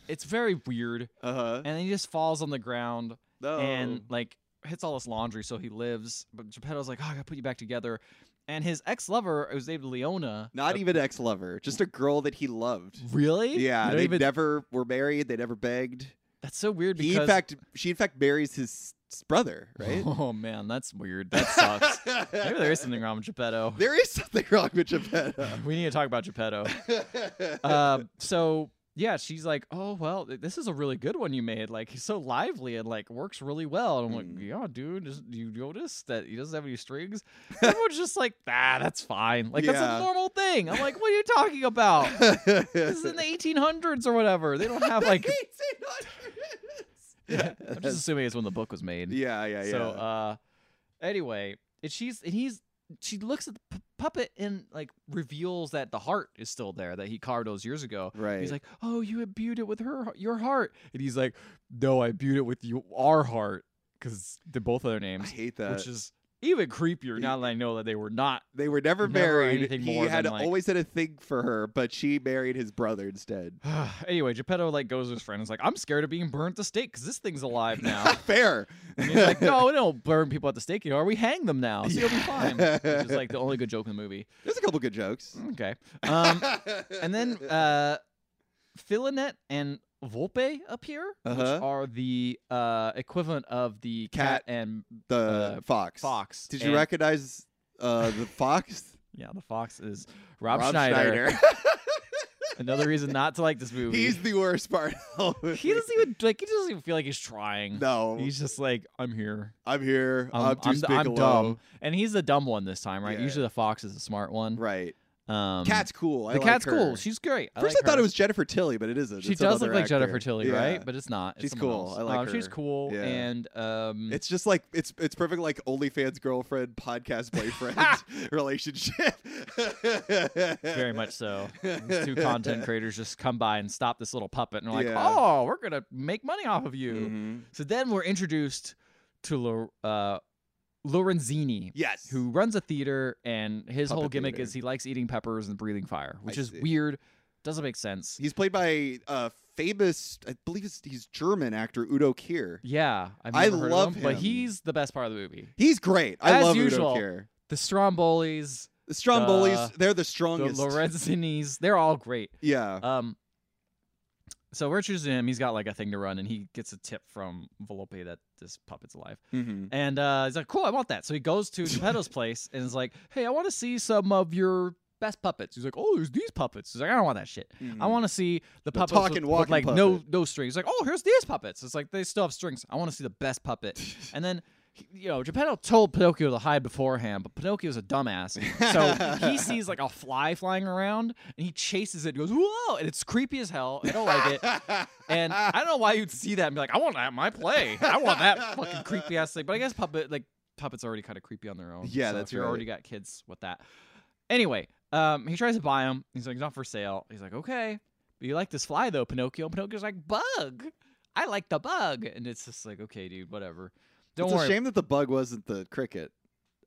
[SPEAKER 1] It's very weird,
[SPEAKER 2] Uh-huh.
[SPEAKER 1] and then he just falls on the ground
[SPEAKER 2] No.
[SPEAKER 1] and like hits all this laundry, so he lives. But Geppetto's like, "Oh, I gotta put you back together." And his ex-lover, who's named Leona,
[SPEAKER 2] Not
[SPEAKER 1] uh,
[SPEAKER 2] even ex lover, just a girl that he loved.
[SPEAKER 1] really, You
[SPEAKER 2] Yeah,
[SPEAKER 1] don't
[SPEAKER 2] they
[SPEAKER 1] even-
[SPEAKER 2] never were married. They never begged.
[SPEAKER 1] that's so weird because (laughs)
[SPEAKER 2] He in fact, she in fact marries his s- brother, right? (laughs)
[SPEAKER 1] Oh man, that's weird. That (laughs) sucks. Maybe (laughs) there is something wrong with Geppetto.
[SPEAKER 2] There is something wrong with Geppetto.
[SPEAKER 1] (laughs) we need to talk about Geppetto. Um, so yeah, she's like, "Oh well, th- this is a really good one you made. Like he's so lively and like works really well." And I'm like,
[SPEAKER 2] Mm.
[SPEAKER 1] "Yeah, dude, just, do you notice that he doesn't have any
[SPEAKER 2] (laughs)
[SPEAKER 1] strings?" Everyone's just like, "Ah, that's fine. Like that's
[SPEAKER 2] Yeah.
[SPEAKER 1] a normal thing." I'm like, "What are you talking about?
[SPEAKER 2] (laughs)
[SPEAKER 1] this is in the 1800s or whatever. They don't have
[SPEAKER 2] (laughs)
[SPEAKER 1] like." (laughs)
[SPEAKER 2] yeah, (laughs)
[SPEAKER 1] I'm just assuming it's when the book was made.
[SPEAKER 2] yeah, yeah.
[SPEAKER 1] So uh, anyway, and she's and he's she looks at the p- puppet and like reveals that the heart is still there that he carved those years ago.
[SPEAKER 2] right.
[SPEAKER 1] He's like, "Oh, you imbued it with her your heart," and he's like, "No, I imbued it with you our heart because they're both other
[SPEAKER 2] I uh,
[SPEAKER 1] names,
[SPEAKER 2] hate that.
[SPEAKER 1] which is even creepier
[SPEAKER 2] He-
[SPEAKER 1] now that I know that they were not." (sighs)
[SPEAKER 2] they were never
[SPEAKER 1] Never
[SPEAKER 2] married.
[SPEAKER 1] anything
[SPEAKER 2] He
[SPEAKER 1] more
[SPEAKER 2] had
[SPEAKER 1] than, like-
[SPEAKER 2] always had a thing for her, but she married his brother instead.
[SPEAKER 1] anyway, Geppetto like goes to his friend and is like, "I'm scared of being burned at the stake because this thing's alive now."
[SPEAKER 2] (laughs) Fair.
[SPEAKER 1] and he's like, "No, we don't burn people at the stake anymore. We hang them now, so you'll be fine."
[SPEAKER 2] Yeah.
[SPEAKER 1] Which is like the only good joke in the movie.
[SPEAKER 2] (laughs) There's a couple good jokes.
[SPEAKER 1] Okay, um, and then uh, Filanet and Volpe appear,
[SPEAKER 2] Uh-huh.
[SPEAKER 1] which are the uh, equivalent of the cat,
[SPEAKER 2] Cat.
[SPEAKER 1] and
[SPEAKER 2] (laughs) the
[SPEAKER 1] uh,
[SPEAKER 2] fox.
[SPEAKER 1] fox.
[SPEAKER 2] Did you
[SPEAKER 1] And-
[SPEAKER 2] recognize uh, the fox?
[SPEAKER 1] Yeah, the fox is Rob, Schneider. (laughs)
[SPEAKER 2] (laughs)
[SPEAKER 1] Another reason not to like this movie.
[SPEAKER 2] He's the worst part. of the
[SPEAKER 1] he
[SPEAKER 2] movie.
[SPEAKER 1] doesn't even like. He doesn't even feel like he's trying.
[SPEAKER 2] (laughs) No,
[SPEAKER 1] He's just like, I'm here.
[SPEAKER 2] I'm here.
[SPEAKER 1] Um,
[SPEAKER 2] I'm,
[SPEAKER 1] I'm,
[SPEAKER 2] Deuce
[SPEAKER 1] the- I'm
[SPEAKER 2] Bigelow.
[SPEAKER 1] dumb, and he's the dumb one this time, right?
[SPEAKER 2] Yeah.
[SPEAKER 1] Usually the fox is the smart one.
[SPEAKER 2] Right.
[SPEAKER 1] Um,
[SPEAKER 2] cat's cool. I
[SPEAKER 1] the
[SPEAKER 2] like
[SPEAKER 1] cat's cool.
[SPEAKER 2] her.
[SPEAKER 1] She's great. I
[SPEAKER 2] First,
[SPEAKER 1] like
[SPEAKER 2] I thought
[SPEAKER 1] her.
[SPEAKER 2] it was Jennifer Tilly, but it isn't.
[SPEAKER 1] She
[SPEAKER 2] It's
[SPEAKER 1] does look
[SPEAKER 2] another
[SPEAKER 1] like Jennifer
[SPEAKER 2] actor.
[SPEAKER 1] Tilly,
[SPEAKER 2] Yeah.
[SPEAKER 1] right? But it's not. It's
[SPEAKER 2] She's
[SPEAKER 1] someone
[SPEAKER 2] cool.
[SPEAKER 1] else.
[SPEAKER 2] I like
[SPEAKER 1] Um, She's
[SPEAKER 2] her.
[SPEAKER 1] cool,
[SPEAKER 2] Yeah.
[SPEAKER 1] and um,
[SPEAKER 2] It's just like it's it's perfect like OnlyFans girlfriend podcast boyfriend
[SPEAKER 1] (laughs)
[SPEAKER 2] (laughs) relationship.
[SPEAKER 1] very much so. These
[SPEAKER 2] (laughs)
[SPEAKER 1] two content creators just come by and stop this little puppet, and they're like,
[SPEAKER 2] Yeah.
[SPEAKER 1] "Oh, we're gonna make money off of you."
[SPEAKER 2] Mhm.
[SPEAKER 1] So then we're introduced to Lo- uh, Lorenzini,
[SPEAKER 2] Yes.
[SPEAKER 1] who runs a theater, and his whole
[SPEAKER 2] Puppet
[SPEAKER 1] gimmick
[SPEAKER 2] theater.
[SPEAKER 1] is he likes eating peppers and breathing fire, which
[SPEAKER 2] I
[SPEAKER 1] is
[SPEAKER 2] see.
[SPEAKER 1] weird. Doesn't make sense.
[SPEAKER 2] He's played by uh famous, I believe it's, he's German actor Udo Kier.
[SPEAKER 1] Yeah, I've
[SPEAKER 2] I
[SPEAKER 1] never heard of
[SPEAKER 2] love
[SPEAKER 1] but
[SPEAKER 2] him.
[SPEAKER 1] he's the best part of the movie.
[SPEAKER 2] He's great. I
[SPEAKER 1] As
[SPEAKER 2] love
[SPEAKER 1] usual,
[SPEAKER 2] Udo Kier.
[SPEAKER 1] The Strombolis,
[SPEAKER 2] The Strombolis,
[SPEAKER 1] the-
[SPEAKER 2] they're the
[SPEAKER 1] the
[SPEAKER 2] strongest.
[SPEAKER 1] Lorenzinis, they're all great.
[SPEAKER 2] yeah.
[SPEAKER 1] Um, so we're choosing him. He's got like a thing to run, and he gets a tip from Volpe that this puppet's alive.
[SPEAKER 2] hmm
[SPEAKER 1] And uh, he's like, "Cool, I want that." So he goes
[SPEAKER 2] (laughs)
[SPEAKER 1] to Geppetto's place and is like, "Hey, I want to see some of your best puppets." He's like, "Oh, there's these puppets." He's like, "I don't want that shit.
[SPEAKER 2] Mm-hmm.
[SPEAKER 1] I want to see the
[SPEAKER 2] Mm. The
[SPEAKER 1] puppets
[SPEAKER 2] talk
[SPEAKER 1] with,
[SPEAKER 2] and
[SPEAKER 1] with,
[SPEAKER 2] walking
[SPEAKER 1] like no
[SPEAKER 2] puppet."
[SPEAKER 1] no strings." He's like, "Oh, here's these puppets." It's like they still have strings. I want to see the best
[SPEAKER 2] (laughs)
[SPEAKER 1] puppet. and then. he- You know, Geppetto told Pinocchio to hide beforehand, but Pinocchio's a dumbass. So
[SPEAKER 2] (laughs)
[SPEAKER 1] he sees like a fly flying around and he chases it and goes, whoa! And it's creepy as hell. I don't
[SPEAKER 2] (laughs)
[SPEAKER 1] like it. And I don't know why you'd see that and be like, I want that in my play. I want that fucking creepy ass thing. But I guess puppet like puppets are already kind of creepy on their own.
[SPEAKER 2] Yeah,
[SPEAKER 1] so
[SPEAKER 2] that's
[SPEAKER 1] if you
[SPEAKER 2] right.
[SPEAKER 1] already got kids with that. Anyway, Um, he tries to buy him. He's like, "It's not for sale." He's like, "Okay, but you like this fly though, Pinocchio." And Pinocchio's like, "Bug, I like the bug," and it's just like, "Okay, dude, whatever." Don't
[SPEAKER 2] it's
[SPEAKER 1] worry.
[SPEAKER 2] a shame that the bug wasn't the cricket.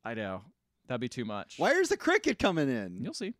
[SPEAKER 1] I know that'd be too much.
[SPEAKER 2] Where's the cricket coming in?
[SPEAKER 1] You'll see.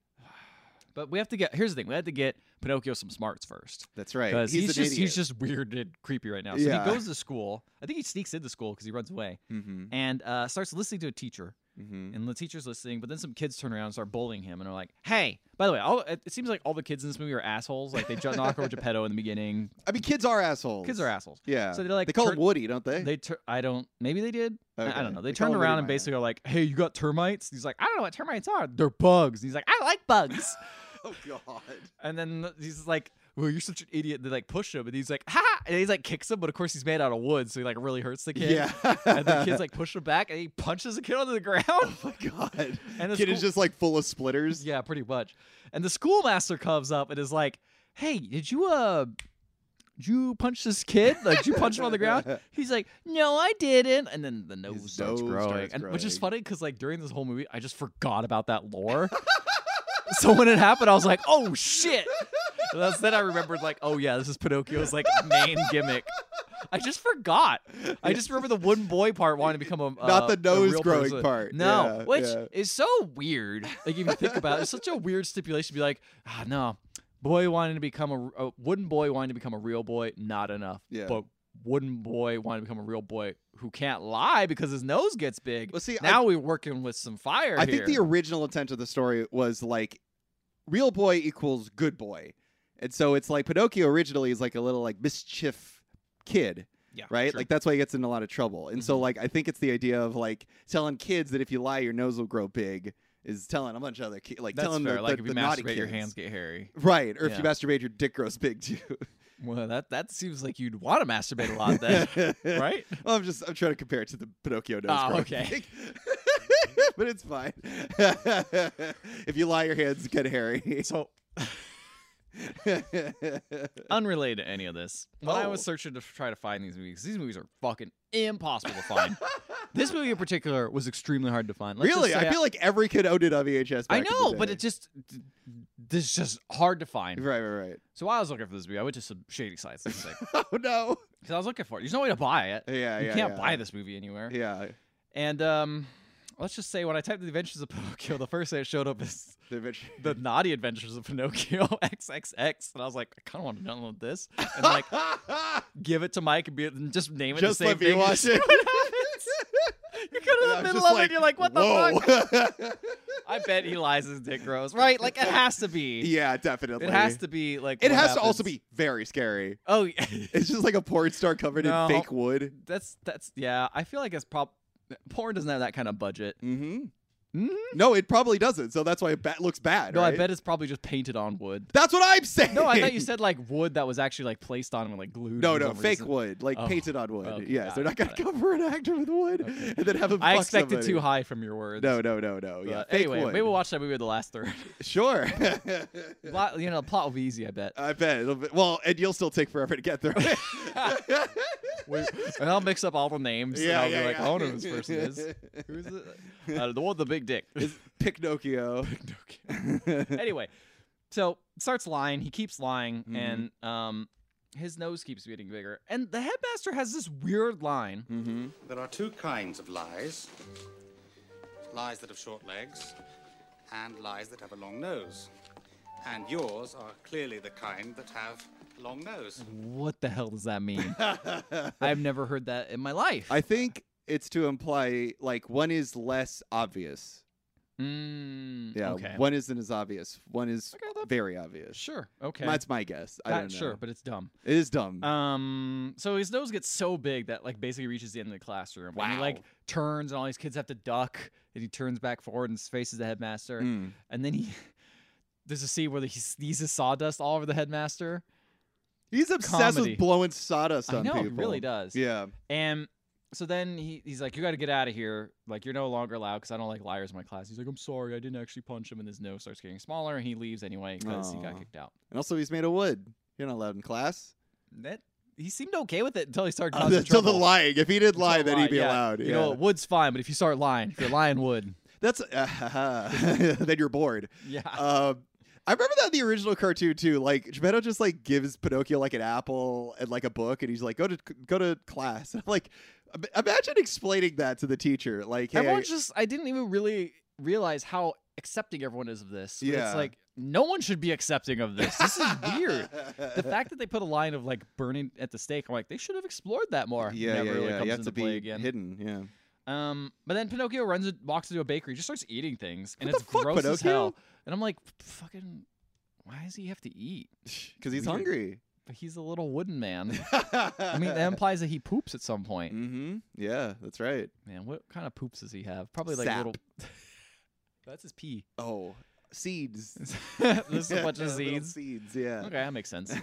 [SPEAKER 1] But we have to get. Here's the thing: we had to get Pinocchio some smarts first.
[SPEAKER 2] That's right.
[SPEAKER 1] Because
[SPEAKER 2] He's,
[SPEAKER 1] he's,
[SPEAKER 2] an
[SPEAKER 1] just
[SPEAKER 2] idiot.
[SPEAKER 1] he's just weird and creepy right now. So
[SPEAKER 2] Yeah.
[SPEAKER 1] he goes to school. I think he sneaks into school because he runs away
[SPEAKER 2] Mm-hmm.
[SPEAKER 1] and uh, starts listening to a teacher.
[SPEAKER 2] Mm-hmm.
[SPEAKER 1] And the teacher's listening, but then some kids turn around and start bullying him and are like, "Hey, by the way, all, it it seems like all the kids in this movie are assholes. Like they ju- knock over Geppetto in the beginning.
[SPEAKER 2] I mean, kids are assholes.
[SPEAKER 1] Kids are assholes.
[SPEAKER 2] Yeah.
[SPEAKER 1] So they're like,
[SPEAKER 2] they call
[SPEAKER 1] tur-
[SPEAKER 2] him Woody, don't they?
[SPEAKER 1] They, tur- I don't. Maybe they did. I- I
[SPEAKER 2] Okay.
[SPEAKER 1] don't know. They,
[SPEAKER 2] call
[SPEAKER 1] turned
[SPEAKER 2] him Woody
[SPEAKER 1] around and
[SPEAKER 2] Meyer.
[SPEAKER 1] basically are like, "Hey, you got termites?" He's like, "I don't know what termites are. They're bugs." And he's like, "I like bugs."
[SPEAKER 2] Oh
[SPEAKER 1] (laughs)
[SPEAKER 2] God.
[SPEAKER 1] And then th- he's like, "Well, you're such an idiot." They like push him, and he's like, "Ha!" And he's like kicks him, but of course he's made out of wood, so he like really hurts the kid.
[SPEAKER 2] Yeah.
[SPEAKER 1] And
[SPEAKER 2] (laughs)
[SPEAKER 1] the kid's like push him back, and he punches the kid onto the ground.
[SPEAKER 2] Oh my God.
[SPEAKER 1] (laughs) And the
[SPEAKER 2] kid is
[SPEAKER 1] school-
[SPEAKER 2] just like full
[SPEAKER 1] (laughs)
[SPEAKER 2] of splitters.
[SPEAKER 1] yeah, pretty much. And the schoolmaster comes up and is like, "Hey, did you uh?" Did you punch this kid? Like, did you punch him on the
[SPEAKER 2] (laughs)
[SPEAKER 1] ground? He's like, no, I didn't. And then the nose,
[SPEAKER 2] His
[SPEAKER 1] starts
[SPEAKER 2] nose
[SPEAKER 1] growing,
[SPEAKER 2] starts
[SPEAKER 1] and, which is
[SPEAKER 2] growing.
[SPEAKER 1] funny because like during this whole movie, I just forgot about that
[SPEAKER 2] (laughs)
[SPEAKER 1] lore. so when it happened, I was like, oh shit! And that's then I remembered like, oh yeah, this is Pinocchio's like main gimmick. I just forgot. I just remember the wooden boy part wanting to become a
[SPEAKER 2] Not
[SPEAKER 1] uh,
[SPEAKER 2] the
[SPEAKER 1] a
[SPEAKER 2] nose
[SPEAKER 1] real
[SPEAKER 2] growing
[SPEAKER 1] person.
[SPEAKER 2] part.
[SPEAKER 1] No,
[SPEAKER 2] Yeah,
[SPEAKER 1] which
[SPEAKER 2] yeah.
[SPEAKER 1] is so weird. Like if you think about it, it's such a weird stipulation to be like, ah, no, boy wanting to become a, a wooden boy wanting to become a real boy, not enough.
[SPEAKER 2] Yeah.
[SPEAKER 1] But wooden boy wanting to become a real boy who can't lie because his nose gets big.
[SPEAKER 2] Well, see, I-
[SPEAKER 1] now we're working with some fire.
[SPEAKER 2] I think the
[SPEAKER 1] here.
[SPEAKER 2] original intent of the story was like real boy equals good boy. And so it's like Pinocchio originally is like a little like mischief kid,
[SPEAKER 1] yeah,
[SPEAKER 2] right?
[SPEAKER 1] Oh, sure. Mm-hmm.
[SPEAKER 2] Like that's why he gets in a lot of trouble. And so like I think it's the idea of like telling kids that if you lie your nose will grow big is telling a bunch of other kids like
[SPEAKER 1] that's
[SPEAKER 2] telling
[SPEAKER 1] fair.
[SPEAKER 2] the,
[SPEAKER 1] like
[SPEAKER 2] the,
[SPEAKER 1] if you
[SPEAKER 2] the naughty
[SPEAKER 1] masturbate, your
[SPEAKER 2] kids.
[SPEAKER 1] hands get hairy.
[SPEAKER 2] Right, or if you
[SPEAKER 1] Yeah.
[SPEAKER 2] masturbate, your dick grows big too.
[SPEAKER 1] Well, that that seems like you'd want to masturbate a lot then,
[SPEAKER 2] (laughs)
[SPEAKER 1] right?
[SPEAKER 2] Well, I'm just I'm trying to compare it to the Pinocchio nose.
[SPEAKER 1] Oh,
[SPEAKER 2] growing
[SPEAKER 1] okay.
[SPEAKER 2] big. (laughs) but it's fine. (laughs) if you lie, your hands get hairy. (laughs)
[SPEAKER 1] So unrelated to any of this. When I was
[SPEAKER 2] Oh.
[SPEAKER 1] searching to try to find these movies, these movies are fucking impossible to
[SPEAKER 2] (laughs)
[SPEAKER 1] find. this movie in particular was extremely hard to find. Let's just
[SPEAKER 2] really,
[SPEAKER 1] say
[SPEAKER 2] I feel like every kid owned it on VHS.
[SPEAKER 1] I
[SPEAKER 2] back in
[SPEAKER 1] know,
[SPEAKER 2] the
[SPEAKER 1] but
[SPEAKER 2] day.
[SPEAKER 1] it just d- this is just hard to find.
[SPEAKER 2] right, right, (laughs)
[SPEAKER 1] So while I was looking for this movie, I went to some shady sites because
[SPEAKER 2] right. Oh no.
[SPEAKER 1] I was looking for it. There's no way to buy it.
[SPEAKER 2] Yeah,
[SPEAKER 1] you
[SPEAKER 2] yeah.
[SPEAKER 1] can't
[SPEAKER 2] yeah.
[SPEAKER 1] buy this movie anywhere.
[SPEAKER 2] Yeah,
[SPEAKER 1] And um, let's just say when I typed the Adventures of Pinocchio, the first thing that showed up is
[SPEAKER 2] the (laughs) bitch.
[SPEAKER 1] the Naughty Adventures of Pinocchio (laughs) XXX, and I was like, I kind of want to download this and like give it to Mike and, be, and just name it
[SPEAKER 2] Just
[SPEAKER 1] the same
[SPEAKER 2] let me
[SPEAKER 1] thing. and
[SPEAKER 2] watch
[SPEAKER 1] (laughs) just see
[SPEAKER 2] it.
[SPEAKER 1] what
[SPEAKER 2] (laughs)
[SPEAKER 1] happens. you go to the
[SPEAKER 2] I'm
[SPEAKER 1] middle
[SPEAKER 2] just
[SPEAKER 1] of it, and you're like, what the
[SPEAKER 2] (laughs)
[SPEAKER 1] fuck?
[SPEAKER 2] Whoa.
[SPEAKER 1] I bet he lies his dick grows, right? Like it has to be.
[SPEAKER 2] yeah, definitely.
[SPEAKER 1] It has to be like.
[SPEAKER 2] It
[SPEAKER 1] what
[SPEAKER 2] has to also
[SPEAKER 1] happens.
[SPEAKER 2] be very scary.
[SPEAKER 1] Oh,
[SPEAKER 2] (laughs)
[SPEAKER 1] yeah. (laughs)
[SPEAKER 2] It's just like a porn star covered
[SPEAKER 1] No.
[SPEAKER 2] in fake wood.
[SPEAKER 1] that's that's yeah. I feel like it's prob porn doesn't have that kind of budget.
[SPEAKER 2] Mm-hmm.
[SPEAKER 1] Mhm.
[SPEAKER 2] No, it probably doesn't. So that's why it ba- looks bad.
[SPEAKER 1] No, I
[SPEAKER 2] right?
[SPEAKER 1] bet it's probably just painted on wood.
[SPEAKER 2] That's what I'm saying.
[SPEAKER 1] No, I thought
[SPEAKER 2] (laughs)
[SPEAKER 1] (laughs) you said like wood that was actually like placed on him and like glued.
[SPEAKER 2] No,
[SPEAKER 1] for
[SPEAKER 2] no,
[SPEAKER 1] some
[SPEAKER 2] fake
[SPEAKER 1] reason.
[SPEAKER 2] wood, like
[SPEAKER 1] Oh,
[SPEAKER 2] painted on wood.
[SPEAKER 1] okay,
[SPEAKER 2] yes,
[SPEAKER 1] got it,
[SPEAKER 2] they're not gonna
[SPEAKER 1] got it.
[SPEAKER 2] cover an actor with wood
[SPEAKER 1] Okay.
[SPEAKER 2] (laughs) and then have him.
[SPEAKER 1] I
[SPEAKER 2] fuck
[SPEAKER 1] expected
[SPEAKER 2] somebody.
[SPEAKER 1] too high from your words.
[SPEAKER 2] No, no, no, no. Yeah,
[SPEAKER 1] But
[SPEAKER 2] fake
[SPEAKER 1] anyway,
[SPEAKER 2] wood.
[SPEAKER 1] maybe we'll watch that movie with the last third.
[SPEAKER 2] (laughs)
[SPEAKER 1] (laughs)
[SPEAKER 2] Sure. (laughs)
[SPEAKER 1] Plot- you know, the plot will be easy, I bet.
[SPEAKER 2] I bet. It'll be, well, and you'll still take forever to get through it. (laughs)
[SPEAKER 1] We- and I'll mix up all the names.
[SPEAKER 2] yeah,
[SPEAKER 1] and I'll
[SPEAKER 2] yeah,
[SPEAKER 1] be like,
[SPEAKER 2] yeah.
[SPEAKER 1] I don't know who this person
[SPEAKER 2] (laughs)
[SPEAKER 1] is. Who's it? Uh, the one with the big dick.
[SPEAKER 2] Is Pinocchio.
[SPEAKER 1] anyway, so starts lying. He keeps lying,
[SPEAKER 2] Mm-hmm.
[SPEAKER 1] and um, his nose keeps getting bigger. And the headmaster has this weird line.
[SPEAKER 2] mm-hmm.
[SPEAKER 3] There are two kinds of lies lies that have short legs, and lies that have a long nose. And yours are clearly the kind that have a long nose.
[SPEAKER 2] Mm-hmm.
[SPEAKER 1] What the hell does that mean? I've never heard that in my life.
[SPEAKER 2] (laughs) I think it's to imply like one is less obvious.
[SPEAKER 1] Mm,
[SPEAKER 2] Yeah,
[SPEAKER 1] Okay.
[SPEAKER 2] one isn't as obvious. One is
[SPEAKER 1] Okay, that-
[SPEAKER 2] very obvious.
[SPEAKER 1] Sure. Okay.
[SPEAKER 2] That's my guess. I
[SPEAKER 1] That-
[SPEAKER 2] don't know.
[SPEAKER 1] Sure, but it's dumb.
[SPEAKER 2] It is dumb.
[SPEAKER 1] Um, so his nose gets so big that like basically reaches the end of the classroom. And he
[SPEAKER 2] Wow.
[SPEAKER 1] like turns, and all these kids have to duck, and he turns back forward and faces the headmaster.
[SPEAKER 2] Mm.
[SPEAKER 1] And then he (laughs) there's a scene where he sneezes sawdust all over the headmaster.
[SPEAKER 2] He's obsessed
[SPEAKER 1] comedy.
[SPEAKER 2] with blowing sawdust
[SPEAKER 1] I
[SPEAKER 2] on
[SPEAKER 1] know
[SPEAKER 2] people.
[SPEAKER 1] he really does.
[SPEAKER 2] Yeah.
[SPEAKER 1] And so then he, he's like, "You got to get out of here. Like you're no longer allowed because I don't like liars in my class." He's like, "I'm sorry, I didn't actually punch him." And his nose starts getting smaller, and he leaves anyway because he got
[SPEAKER 2] Aw.
[SPEAKER 1] kicked out.
[SPEAKER 2] And also, he's made of wood. You're not allowed in class. Uh,
[SPEAKER 1] That he seemed okay with it until he started causing
[SPEAKER 2] (laughs) Until the
[SPEAKER 1] trouble.
[SPEAKER 2] lying. If he did lie,
[SPEAKER 1] Don't
[SPEAKER 2] then he'd be
[SPEAKER 1] yeah.
[SPEAKER 2] allowed.
[SPEAKER 1] You know,
[SPEAKER 2] yeah. (laughs)
[SPEAKER 1] what, wood's fine, but if you start lying, if you're lying wood,
[SPEAKER 2] That's (laughs) then you're bored.
[SPEAKER 1] Yeah.
[SPEAKER 2] Um, I remember that in the original cartoon too. Like Geppetto just like gives Pinocchio like an apple and like a book, and he's like, "Go to go to class." (laughs) And I'm like, im- imagine explaining that to the teacher. Like, hey,
[SPEAKER 1] Everyone just I didn't even really realize how accepting everyone is of this. But
[SPEAKER 2] Yeah.
[SPEAKER 1] It's like no one should be accepting of this. This is
[SPEAKER 2] (laughs)
[SPEAKER 1] weird. the fact that they put a line of like burning at the stake, I'm like, they should have explored that more.
[SPEAKER 2] yeah,
[SPEAKER 1] Never
[SPEAKER 2] yeah,
[SPEAKER 1] really
[SPEAKER 2] yeah.
[SPEAKER 1] comes
[SPEAKER 2] you have
[SPEAKER 1] into
[SPEAKER 2] to be
[SPEAKER 1] play again.
[SPEAKER 2] hidden. Yeah.
[SPEAKER 1] Um, but then Pinocchio runs, and walks into a bakery, just starts eating things, and
[SPEAKER 2] What the
[SPEAKER 1] it's
[SPEAKER 2] fuck,
[SPEAKER 1] gross as
[SPEAKER 2] Pinocchio?
[SPEAKER 1] hell. And I'm like, fucking, why does he have to
[SPEAKER 2] (laughs)
[SPEAKER 1] eat?
[SPEAKER 2] Because he's
[SPEAKER 1] Weird.
[SPEAKER 2] hungry.
[SPEAKER 1] But he's a little wooden
[SPEAKER 2] (laughs)
[SPEAKER 1] man.
[SPEAKER 2] I
[SPEAKER 1] I mean, that implies that he poops at some point.
[SPEAKER 2] (laughs) Mm-hmm. Yeah, that's right.
[SPEAKER 1] Man, what kind of poops does he have? Probably like
[SPEAKER 2] Sap.
[SPEAKER 1] little. (laughs) That's his
[SPEAKER 2] (laughs)
[SPEAKER 1] pee. (laughs)
[SPEAKER 2] Oh, seeds. (laughs)
[SPEAKER 1] There's a bunch
[SPEAKER 2] Yeah,
[SPEAKER 1] of
[SPEAKER 2] little
[SPEAKER 1] seeds.
[SPEAKER 2] Seeds. Yeah. (laughs)
[SPEAKER 1] Okay, that makes sense.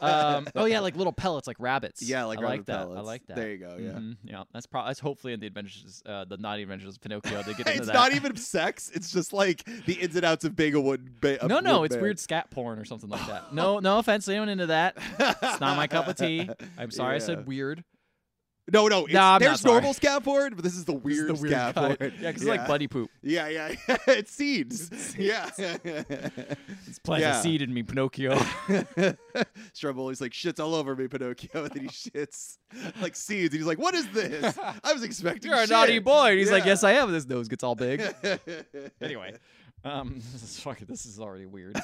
[SPEAKER 1] Um, oh yeah, like little pellets, like rabbits.
[SPEAKER 2] yeah, like
[SPEAKER 1] I like
[SPEAKER 2] rubber
[SPEAKER 1] that. I
[SPEAKER 2] pellets.
[SPEAKER 1] like that.
[SPEAKER 2] There you go. Yeah.
[SPEAKER 1] Mhm, Yeah, that's probably that's hopefully in the adventures, uh, the naughty adventures of Pinocchio. They get into
[SPEAKER 2] (laughs) it's
[SPEAKER 1] that.
[SPEAKER 2] not even sex. It's just like the ins and outs of being a wood. Ba- a
[SPEAKER 1] no, no,
[SPEAKER 2] wood
[SPEAKER 1] it's
[SPEAKER 2] man.
[SPEAKER 1] weird scat porn or something like
[SPEAKER 2] (laughs)
[SPEAKER 1] that. No, no offense to anyone into that. It's not my cup of tea. I'm sorry I
[SPEAKER 2] Yeah.
[SPEAKER 1] said weird.
[SPEAKER 2] No, no. It's,
[SPEAKER 1] Nah, I'm not
[SPEAKER 2] there's
[SPEAKER 1] sorry.
[SPEAKER 2] normal scaffold, but this is the
[SPEAKER 1] This is
[SPEAKER 2] weird,
[SPEAKER 1] the weird kind.
[SPEAKER 2] scaffold.
[SPEAKER 1] Yeah, because like buddy poop.
[SPEAKER 2] Yeah, yeah. (laughs) yeah. it's seeds. yeah. (laughs)
[SPEAKER 1] It's playing
[SPEAKER 2] Yeah.
[SPEAKER 1] a seed in me,
[SPEAKER 2] (laughs)
[SPEAKER 1] Pinocchio.
[SPEAKER 2] Strumble, he's like, shits all over me, Pinocchio. And then he shits like seeds. And he's like, what is this? I was expecting
[SPEAKER 1] You're a
[SPEAKER 2] shit.
[SPEAKER 1] naughty boy. And he's like,
[SPEAKER 2] Yeah.
[SPEAKER 1] yes, I am. And his nose gets all big.
[SPEAKER 2] (laughs)
[SPEAKER 1] anyway, um, (laughs) this is, fuck it, this is already weird.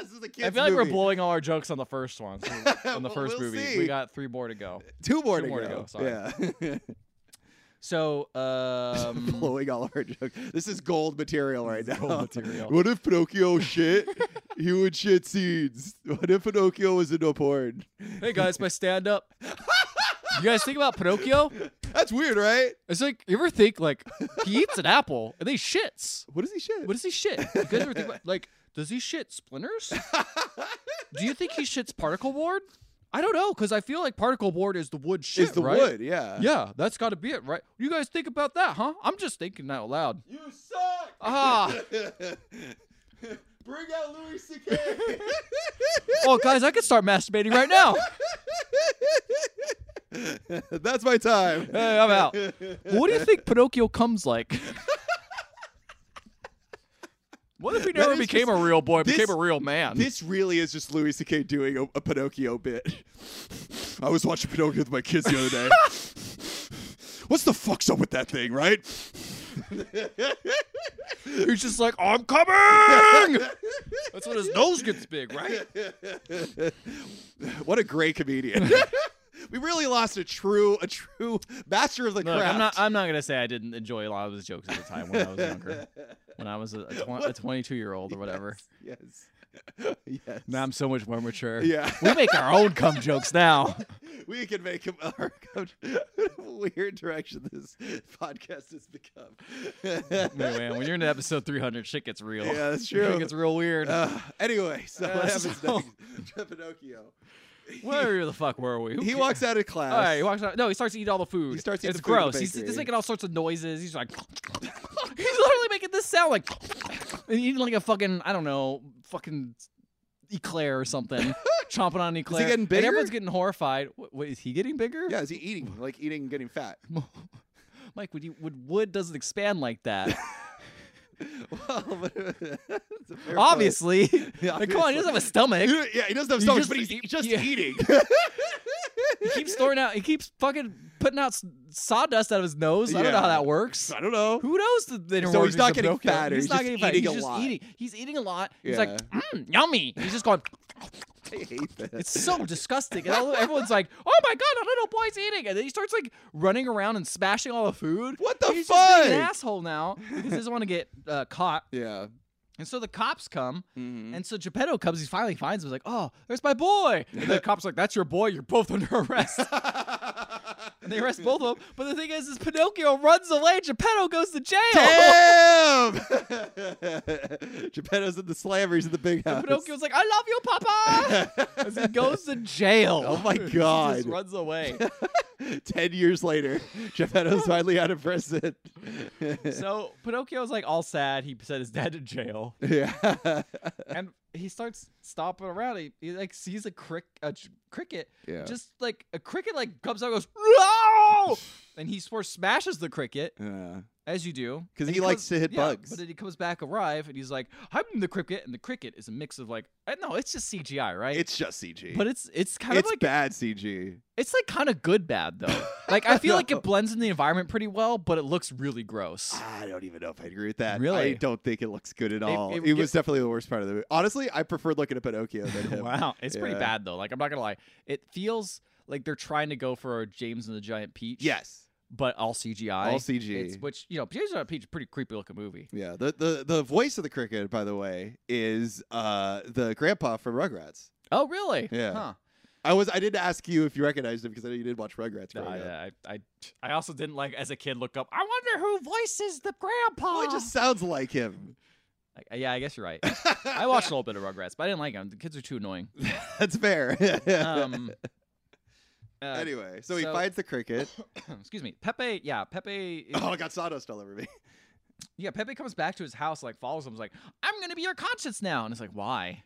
[SPEAKER 2] this is the kids
[SPEAKER 1] I feel like
[SPEAKER 2] movie.
[SPEAKER 1] we're blowing all our jokes on the first
[SPEAKER 2] (laughs)
[SPEAKER 1] one, so- on the
[SPEAKER 2] Well,
[SPEAKER 1] 1st
[SPEAKER 2] we'll
[SPEAKER 1] movie.
[SPEAKER 2] see.
[SPEAKER 1] We got three more to go.
[SPEAKER 2] Two more,
[SPEAKER 1] Two
[SPEAKER 2] to,
[SPEAKER 1] more
[SPEAKER 2] go.
[SPEAKER 1] to go, sorry.
[SPEAKER 2] Yeah. (laughs)
[SPEAKER 1] So, um,
[SPEAKER 2] blowing all of our jokes. This is gold material right now.
[SPEAKER 1] gold material.
[SPEAKER 2] What if
[SPEAKER 1] (laughs)
[SPEAKER 2] Pinocchio shit? he would shit seeds. What if Pinocchio was in a porn?
[SPEAKER 1] hey guys, my stand
[SPEAKER 2] (laughs)
[SPEAKER 1] up. You guys think about Pinocchio?
[SPEAKER 2] That's weird, right?
[SPEAKER 1] It's like you ever think like he eats an apple and then he shits.
[SPEAKER 2] What does he shit?
[SPEAKER 1] What does he shit? You guys ever think about like does he shit
[SPEAKER 2] (laughs)
[SPEAKER 1] splinters? Do you think he shits particle board? I don't know because I feel like particle board is the wood shit,
[SPEAKER 2] is the
[SPEAKER 1] right?
[SPEAKER 2] wood? Yeah.
[SPEAKER 1] Yeah, that's got to be it, right? You guys think about that, huh? I'm just thinking out
[SPEAKER 2] (laughs)
[SPEAKER 1] loud.
[SPEAKER 2] You suck.
[SPEAKER 1] Ah,
[SPEAKER 2] Bring out Louis C.K.
[SPEAKER 1] (laughs) oh (laughs) guys, I could start masturbating right
[SPEAKER 2] (laughs)
[SPEAKER 1] now.
[SPEAKER 2] That's my time.
[SPEAKER 1] Hey, I'm out. What do you think Pinocchio comes
[SPEAKER 2] (laughs)
[SPEAKER 1] like? What if he never
[SPEAKER 2] is
[SPEAKER 1] became
[SPEAKER 2] just-
[SPEAKER 1] a real boy,
[SPEAKER 2] this-
[SPEAKER 1] became a real man?
[SPEAKER 2] (laughs) This really is just Louis C.K. doing a, a Pinocchio bit. I was watching Pinocchio with my kids the other
[SPEAKER 1] (laughs)
[SPEAKER 2] day. What's the fuck's up with that thing, right?
[SPEAKER 1] He's just like, I'm
[SPEAKER 2] (laughs)
[SPEAKER 1] coming! That's when his nose gets big, right?
[SPEAKER 2] What a
[SPEAKER 1] (laughs)
[SPEAKER 2] great comedian. we really lost a true, a true master of the
[SPEAKER 1] Look,
[SPEAKER 2] craft.
[SPEAKER 1] I'm not. I'm not gonna say I didn't enjoy a lot of his jokes at the time when I was younger, when I was a, a, twen- a 22 year old or whatever.
[SPEAKER 2] yes. Yes. (laughs)
[SPEAKER 1] Now I'm so much more mature.
[SPEAKER 2] Yeah.
[SPEAKER 1] we make our own cum jokes
[SPEAKER 2] (laughs)
[SPEAKER 1] now.
[SPEAKER 2] we can make him (laughs) our weird direction this podcast has (laughs) become.
[SPEAKER 1] Anyway, when you're in episode 300, (laughs) shit gets real.
[SPEAKER 2] Yeah, that's
[SPEAKER 1] It
[SPEAKER 2] true.
[SPEAKER 1] gets real weird. (laughs)
[SPEAKER 2] Uh, anyway, so
[SPEAKER 1] Uh,
[SPEAKER 2] what happens
[SPEAKER 1] so-
[SPEAKER 2] next? (laughs) Pinocchio.
[SPEAKER 1] Where the fuck were we? Who
[SPEAKER 2] He
[SPEAKER 1] ca-
[SPEAKER 2] walks out of class.
[SPEAKER 1] All right, he walks out. No, he starts to eat all the food.
[SPEAKER 2] He starts eating
[SPEAKER 1] It's
[SPEAKER 2] the food in the
[SPEAKER 1] gross. he's, he's
[SPEAKER 2] bakery.
[SPEAKER 1] making all sorts of noises. He's like, (laughs) he's literally making this sound like, (laughs) and eating like a fucking I don't know, fucking eclair or
[SPEAKER 2] (laughs)
[SPEAKER 1] something, chomping on an eclair.
[SPEAKER 2] getting
[SPEAKER 1] And everyone's
[SPEAKER 2] bigger?
[SPEAKER 1] getting horrified. What, what is he getting bigger?
[SPEAKER 2] Yeah, is he eating? Like eating, getting fat.
[SPEAKER 1] (laughs)
[SPEAKER 2] (laughs)
[SPEAKER 1] Mike, would you would wood doesn't expand like
[SPEAKER 2] (laughs)
[SPEAKER 1] that?
[SPEAKER 2] well, (laughs) but, it's a fair point.
[SPEAKER 1] obviously.
[SPEAKER 2] (laughs) Yeah,
[SPEAKER 1] Like, come on, he doesn't have a stomach.
[SPEAKER 2] You- Yeah, he doesn't have
[SPEAKER 1] You
[SPEAKER 2] stomach,
[SPEAKER 1] just-
[SPEAKER 2] but he's
[SPEAKER 1] you-
[SPEAKER 2] e- just
[SPEAKER 1] yeah.
[SPEAKER 2] eating.
[SPEAKER 1] (laughs) He keeps throwing out. He keeps fucking putting out s- sawdust out of his nose. I don't know how
[SPEAKER 2] Yeah.
[SPEAKER 1] that works.
[SPEAKER 2] (laughs) I don't know.
[SPEAKER 1] Who knows the, the inner
[SPEAKER 2] So
[SPEAKER 1] workings
[SPEAKER 2] he's not
[SPEAKER 1] of
[SPEAKER 2] getting
[SPEAKER 1] Pinocchio?
[SPEAKER 2] fatter,
[SPEAKER 1] He's,
[SPEAKER 2] he's
[SPEAKER 1] not
[SPEAKER 2] just
[SPEAKER 1] getting fatter. He's
[SPEAKER 2] eating a
[SPEAKER 1] just
[SPEAKER 2] lot.
[SPEAKER 1] eating. He's eating a lot. He's
[SPEAKER 2] Yeah.
[SPEAKER 1] like, mm, yummy. He's just going.
[SPEAKER 2] I hate this.
[SPEAKER 1] It's
[SPEAKER 2] (laughs)
[SPEAKER 1] so disgusting, and all, everyone's like, "Oh my god, I don't know why he's eating!" And then he starts like running around and smashing all the food.
[SPEAKER 2] What the
[SPEAKER 1] he's just being an
[SPEAKER 2] fuck?
[SPEAKER 1] asshole now because he doesn't want to get uh, caught.
[SPEAKER 2] yeah.
[SPEAKER 1] And so the cops come,
[SPEAKER 2] Mhm.
[SPEAKER 1] and so Geppetto comes. He finally finds him. He's like, "Oh, there's my boy!" And the cops like, "That's your boy. You're both under arrest."
[SPEAKER 2] (laughs)
[SPEAKER 1] and they arrest both of them. But the thing is, is Pinocchio runs away. Geppetto goes to jail. (laughs)
[SPEAKER 2] Damn! (laughs) Geppetto's in the slammers in the big house. (laughs)
[SPEAKER 1] Pinocchio's (laughs) like, I love you, Papa. As he goes to jail.
[SPEAKER 2] Oh
[SPEAKER 1] (laughs)
[SPEAKER 2] my
[SPEAKER 1] He just
[SPEAKER 2] God.
[SPEAKER 1] runs
[SPEAKER 2] (laughs)
[SPEAKER 1] away.
[SPEAKER 2] Ten years later,
[SPEAKER 1] (laughs)
[SPEAKER 2] Geppetto's finally out of prison.
[SPEAKER 1] so Pinocchio's like all sad. He sent his dad to jail,
[SPEAKER 2] (laughs) yeah.
[SPEAKER 1] and he starts stomping around. He, he like sees a crick, a ch- cricket,
[SPEAKER 2] Yeah.
[SPEAKER 1] just like a cricket, like comes out, and goes no, and he sort of smashes the cricket,
[SPEAKER 2] Yeah.
[SPEAKER 1] as you do,
[SPEAKER 2] 'Cause
[SPEAKER 1] And
[SPEAKER 2] he likes
[SPEAKER 1] comes-
[SPEAKER 2] to hit
[SPEAKER 1] yeah,
[SPEAKER 2] bugs.
[SPEAKER 1] But then he comes back arrive, and he's like, "I'm the cricket," and the cricket is a mix of like, I- no, it's just CGI, right?
[SPEAKER 2] It's just CG.
[SPEAKER 1] but it's it's kind
[SPEAKER 2] it's
[SPEAKER 1] of like
[SPEAKER 2] bad CG.
[SPEAKER 1] it's like kind of good bad
[SPEAKER 2] (laughs)
[SPEAKER 1] though. like I feel like
[SPEAKER 2] No.
[SPEAKER 1] it blends in the environment pretty well, but it looks really gross. (laughs)
[SPEAKER 2] I don't even know if I agree with that. I
[SPEAKER 1] Really?
[SPEAKER 2] don't think it looks good at
[SPEAKER 1] It-
[SPEAKER 2] all. It,
[SPEAKER 1] it would
[SPEAKER 2] was definitely the worst part of the movie. Honestly, I preferred looking at
[SPEAKER 1] (laughs)
[SPEAKER 2] Pinocchio than him.
[SPEAKER 1] wow, it's pretty
[SPEAKER 2] Yeah.
[SPEAKER 1] bad though. Like I'm not gonna lie, it feels like they're trying to go for a James and the Giant Peach.
[SPEAKER 2] Yes.
[SPEAKER 1] but all CGI.
[SPEAKER 2] All CG.
[SPEAKER 1] It's- which you know, James and the Giant Peach is a pretty creepy looking movie.
[SPEAKER 2] Yeah. The, the the voice of the cricket, by the way, is uh the grandpa from Rugrats.
[SPEAKER 1] Oh really?
[SPEAKER 2] Yeah.
[SPEAKER 1] Huh.
[SPEAKER 2] I was I did ask you if you recognized him because I know you did watch Rugrats
[SPEAKER 1] No,
[SPEAKER 2] growing up.
[SPEAKER 1] I, I, I, I also didn't like as a kid look up. I wonder who voices the grandpa.
[SPEAKER 2] Oh, it just sounds like him.
[SPEAKER 1] I- uh, yeah, I guess you're right.
[SPEAKER 2] (laughs)
[SPEAKER 1] I watched a little bit of Rugrats, but I didn't like them. The kids are too annoying.
[SPEAKER 2] That's fair.
[SPEAKER 1] (laughs) Um, uh,
[SPEAKER 2] (laughs)
[SPEAKER 1] (clears throat)
[SPEAKER 2] anyway, so, he
[SPEAKER 1] so-
[SPEAKER 2] finds the cricket.
[SPEAKER 1] excuse me, Pepe. Yeah, Pepe. Is,
[SPEAKER 2] Oh, I got sawdust all over me.
[SPEAKER 1] Yeah, Pepe comes back to his house, like follows him. Is like, I'm gonna be your conscience now, and it's like, why?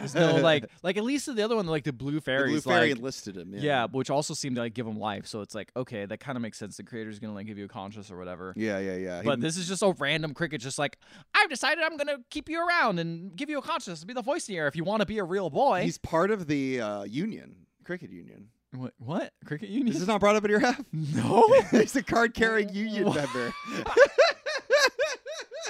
[SPEAKER 1] There's
[SPEAKER 2] (laughs)
[SPEAKER 1] no like, like at least in the other one, like the blue
[SPEAKER 2] The
[SPEAKER 1] fairy.
[SPEAKER 2] blue
[SPEAKER 1] is
[SPEAKER 2] fairy
[SPEAKER 1] like,
[SPEAKER 2] enlisted him.
[SPEAKER 1] yeah. which also seemed to like give him life. So it's like, okay, that kind of makes sense. The creator's gonna like give you a conscience or whatever.
[SPEAKER 2] Yeah, yeah, yeah. He-
[SPEAKER 1] But this is just a random cricket, just like I've decided I'm gonna keep you around and give you a conscience and be the voice in the air if you want to be a real boy.
[SPEAKER 2] he's part of the uh, union,
[SPEAKER 1] (laughs)
[SPEAKER 2] cricket union.
[SPEAKER 1] what, what cricket
[SPEAKER 2] This
[SPEAKER 1] union?
[SPEAKER 2] is not brought up in your app.
[SPEAKER 1] No,
[SPEAKER 2] (laughs) He's a card carrying
[SPEAKER 1] (laughs)
[SPEAKER 2] union
[SPEAKER 1] What?
[SPEAKER 2] member.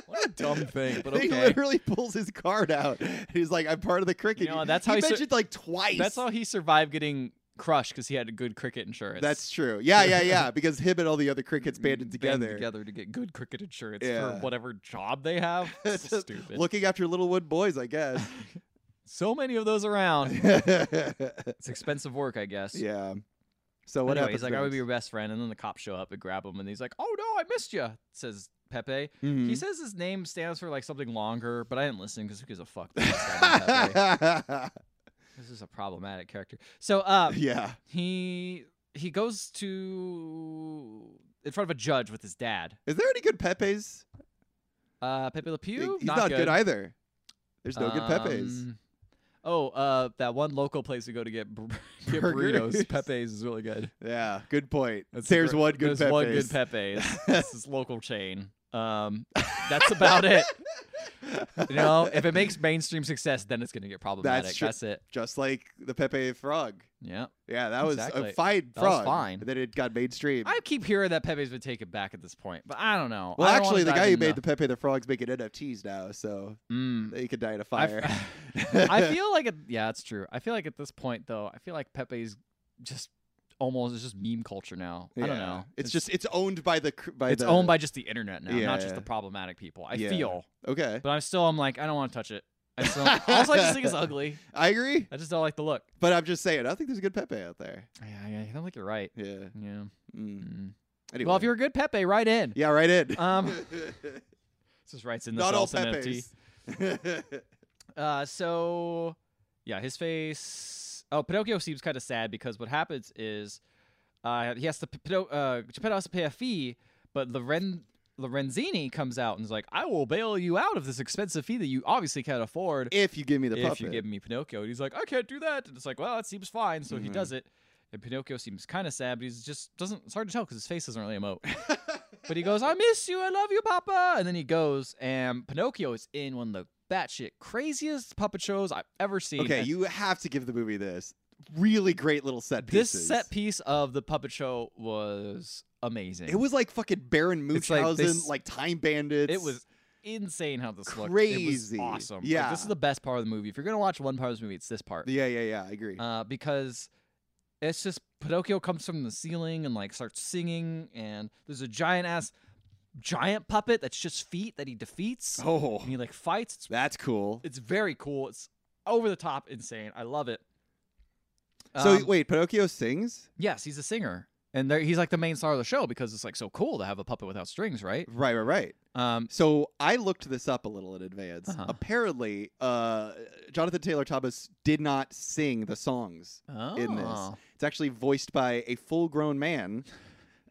[SPEAKER 1] what a dumb thing.
[SPEAKER 2] (laughs)
[SPEAKER 1] But
[SPEAKER 2] He
[SPEAKER 1] okay,
[SPEAKER 2] literally pulls his card out. He's like, "I'm part of the cricket."
[SPEAKER 1] know,
[SPEAKER 2] union."
[SPEAKER 1] that's how
[SPEAKER 2] he
[SPEAKER 1] he sur-
[SPEAKER 2] mentioned like twice.
[SPEAKER 1] that's how he survived getting crushed because he had a good cricket insurance.
[SPEAKER 2] That's true. Yeah,
[SPEAKER 1] (laughs)
[SPEAKER 2] yeah, yeah. Because him and all the other crickets banded
[SPEAKER 1] Band
[SPEAKER 2] together.
[SPEAKER 1] together to get good cricket insurance
[SPEAKER 2] Yeah.
[SPEAKER 1] for whatever job they
[SPEAKER 2] (laughs)
[SPEAKER 1] have. so
[SPEAKER 2] Just
[SPEAKER 1] stupid.
[SPEAKER 2] Looking after little wood boys,
[SPEAKER 1] (laughs)
[SPEAKER 2] I guess.
[SPEAKER 1] so many of those
[SPEAKER 2] (laughs)
[SPEAKER 1] around.
[SPEAKER 2] yeah.
[SPEAKER 1] It's expensive work, I guess.
[SPEAKER 2] So what
[SPEAKER 1] anyway,
[SPEAKER 2] happens?
[SPEAKER 1] he's like, I would be your
[SPEAKER 2] next?
[SPEAKER 1] best friend, and then the cops show up and grab him, and he's like, Oh no, I missed you," says Pepe. He
[SPEAKER 2] Mhm.
[SPEAKER 1] says his name stands for like something longer, but I didn't listen because who gives a
[SPEAKER 2] (laughs)
[SPEAKER 1] fuck? about this guy named (laughs) Pepe?
[SPEAKER 2] Mm-hmm.
[SPEAKER 1] this is a problematic character. So uh,
[SPEAKER 2] yeah.
[SPEAKER 1] he he goes to in front of a judge with his dad.
[SPEAKER 2] Is there any good Pepe's?
[SPEAKER 1] Uh, Pepe Le Pew,
[SPEAKER 2] he's not good. either. There's no good Pepe's.
[SPEAKER 1] Um, Oh, uh, that one local place we go to get, bur- (laughs) get
[SPEAKER 2] Burgers.
[SPEAKER 1] burritos. Pepe's is really good.
[SPEAKER 2] Yeah, good point.
[SPEAKER 1] That's the
[SPEAKER 2] There's
[SPEAKER 1] gr-
[SPEAKER 2] one good
[SPEAKER 1] There's one good
[SPEAKER 2] Pepe's. (laughs)
[SPEAKER 1] Pepe's. this is local chain. Um, that's about it.
[SPEAKER 2] (laughs)
[SPEAKER 1] You know, if it makes mainstream success, then it's gonna get problematic. That's,
[SPEAKER 2] true.
[SPEAKER 1] it.
[SPEAKER 2] Just like the Pepe frog.
[SPEAKER 1] Yeah.
[SPEAKER 2] Yeah, that was a
[SPEAKER 1] Exactly.
[SPEAKER 2] fine
[SPEAKER 1] That was
[SPEAKER 2] frog.
[SPEAKER 1] fine.
[SPEAKER 2] Then it got mainstream.
[SPEAKER 1] I keep hearing that Pepe's been taken back at this point, but I don't know.
[SPEAKER 2] well,
[SPEAKER 1] I don't wanna
[SPEAKER 2] actually, the
[SPEAKER 1] dive
[SPEAKER 2] guy who
[SPEAKER 1] in
[SPEAKER 2] made the Pepe the Frog's making NFTs now, so
[SPEAKER 1] Mm.
[SPEAKER 2] they could die in
[SPEAKER 1] I
[SPEAKER 2] a fire. (laughs)
[SPEAKER 1] f- (laughs) I feel like it, yeah, it's true. I feel like at this point though, I feel like Pepe's just almost it's just meme culture now. I don't
[SPEAKER 2] Yeah.
[SPEAKER 1] know.
[SPEAKER 2] It's, just it's owned by the cr- by
[SPEAKER 1] it's
[SPEAKER 2] the,
[SPEAKER 1] owned by just the internet now,
[SPEAKER 2] Yeah,
[SPEAKER 1] not just
[SPEAKER 2] yeah.
[SPEAKER 1] the problematic people. I
[SPEAKER 2] Yeah.
[SPEAKER 1] feel,
[SPEAKER 2] Okay,
[SPEAKER 1] but I'm still I'm like I don't want to touch it. I still
[SPEAKER 2] (laughs)
[SPEAKER 1] also I just think it's ugly.
[SPEAKER 2] I agree,
[SPEAKER 1] I just don't like the look.
[SPEAKER 2] but I'm just saying I think there's a good Pepe out there.
[SPEAKER 1] Yeah, yeah, I don't think you're right.
[SPEAKER 2] Yeah.
[SPEAKER 1] Yeah.
[SPEAKER 2] Mm.
[SPEAKER 1] Mm.
[SPEAKER 2] Anyway.
[SPEAKER 1] Well, if you're a good Pepe, write in.
[SPEAKER 2] yeah, right in. (laughs)
[SPEAKER 1] Um, just writes in this
[SPEAKER 2] Not all
[SPEAKER 1] also empty.
[SPEAKER 2] Pepe's. (laughs)
[SPEAKER 1] Uh, so yeah, his face. Oh, Pinocchio seems kind of sad because what happens is, uh, he has to P- Pino- uh, Geppetto has to pay a fee, but Loren Lorenzini comes out and is like, "I will bail you out of this expensive fee that you obviously can't afford
[SPEAKER 2] if you give me the
[SPEAKER 1] if
[SPEAKER 2] puppet,
[SPEAKER 1] you give me Pinocchio." And he's like, "I can't do that," and it's like, "Well, that seems fine." So he
[SPEAKER 2] Mhm.
[SPEAKER 1] does it, and Pinocchio seems kind of sad, but he's just doesn't. It's hard to tell because his face doesn't really
[SPEAKER 2] (laughs)
[SPEAKER 1] emote. But he goes, I miss you, I love you, Papa. And then he goes, and Pinocchio is in one of the batshit craziest puppet shows I've ever seen.
[SPEAKER 2] Okay,
[SPEAKER 1] And
[SPEAKER 2] you have to give the movie this. Really great little set
[SPEAKER 1] this
[SPEAKER 2] pieces.
[SPEAKER 1] set piece of the puppet show was amazing.
[SPEAKER 2] It was like fucking Baron
[SPEAKER 1] It's like
[SPEAKER 2] Munchausen, like,
[SPEAKER 1] this-
[SPEAKER 2] Time Bandits.
[SPEAKER 1] It was insane how this
[SPEAKER 2] Crazy.
[SPEAKER 1] looked. It was awesome. Like,
[SPEAKER 2] Yeah.
[SPEAKER 1] this is the best part of the movie. If you're gonna watch one part of this movie, it's this part.
[SPEAKER 2] Yeah, yeah, yeah. I agree.
[SPEAKER 1] Uh, because it's just Pinocchio comes from the ceiling and like starts singing, and there's a giant ass giant puppet that's just feet that he defeats.
[SPEAKER 2] oh,
[SPEAKER 1] And he like fights. It's
[SPEAKER 2] that's cool.
[SPEAKER 1] It's very cool. It's over the top, insane. I love it.
[SPEAKER 2] so
[SPEAKER 1] Um,
[SPEAKER 2] wait, Pinocchio sings.
[SPEAKER 1] yes, he's a singer, and there, he's like the main star of the show because it's like so cool to have a puppet without strings, right?
[SPEAKER 2] Right, right, right.
[SPEAKER 1] Um,
[SPEAKER 2] So I looked this up a little in advance.
[SPEAKER 1] Uh-huh.
[SPEAKER 2] Apparently, uh, Jonathan Taylor Thomas did not sing the songs. In this.
[SPEAKER 1] oh.
[SPEAKER 2] It's actually voiced by a full-grown
[SPEAKER 1] (laughs)
[SPEAKER 2] man,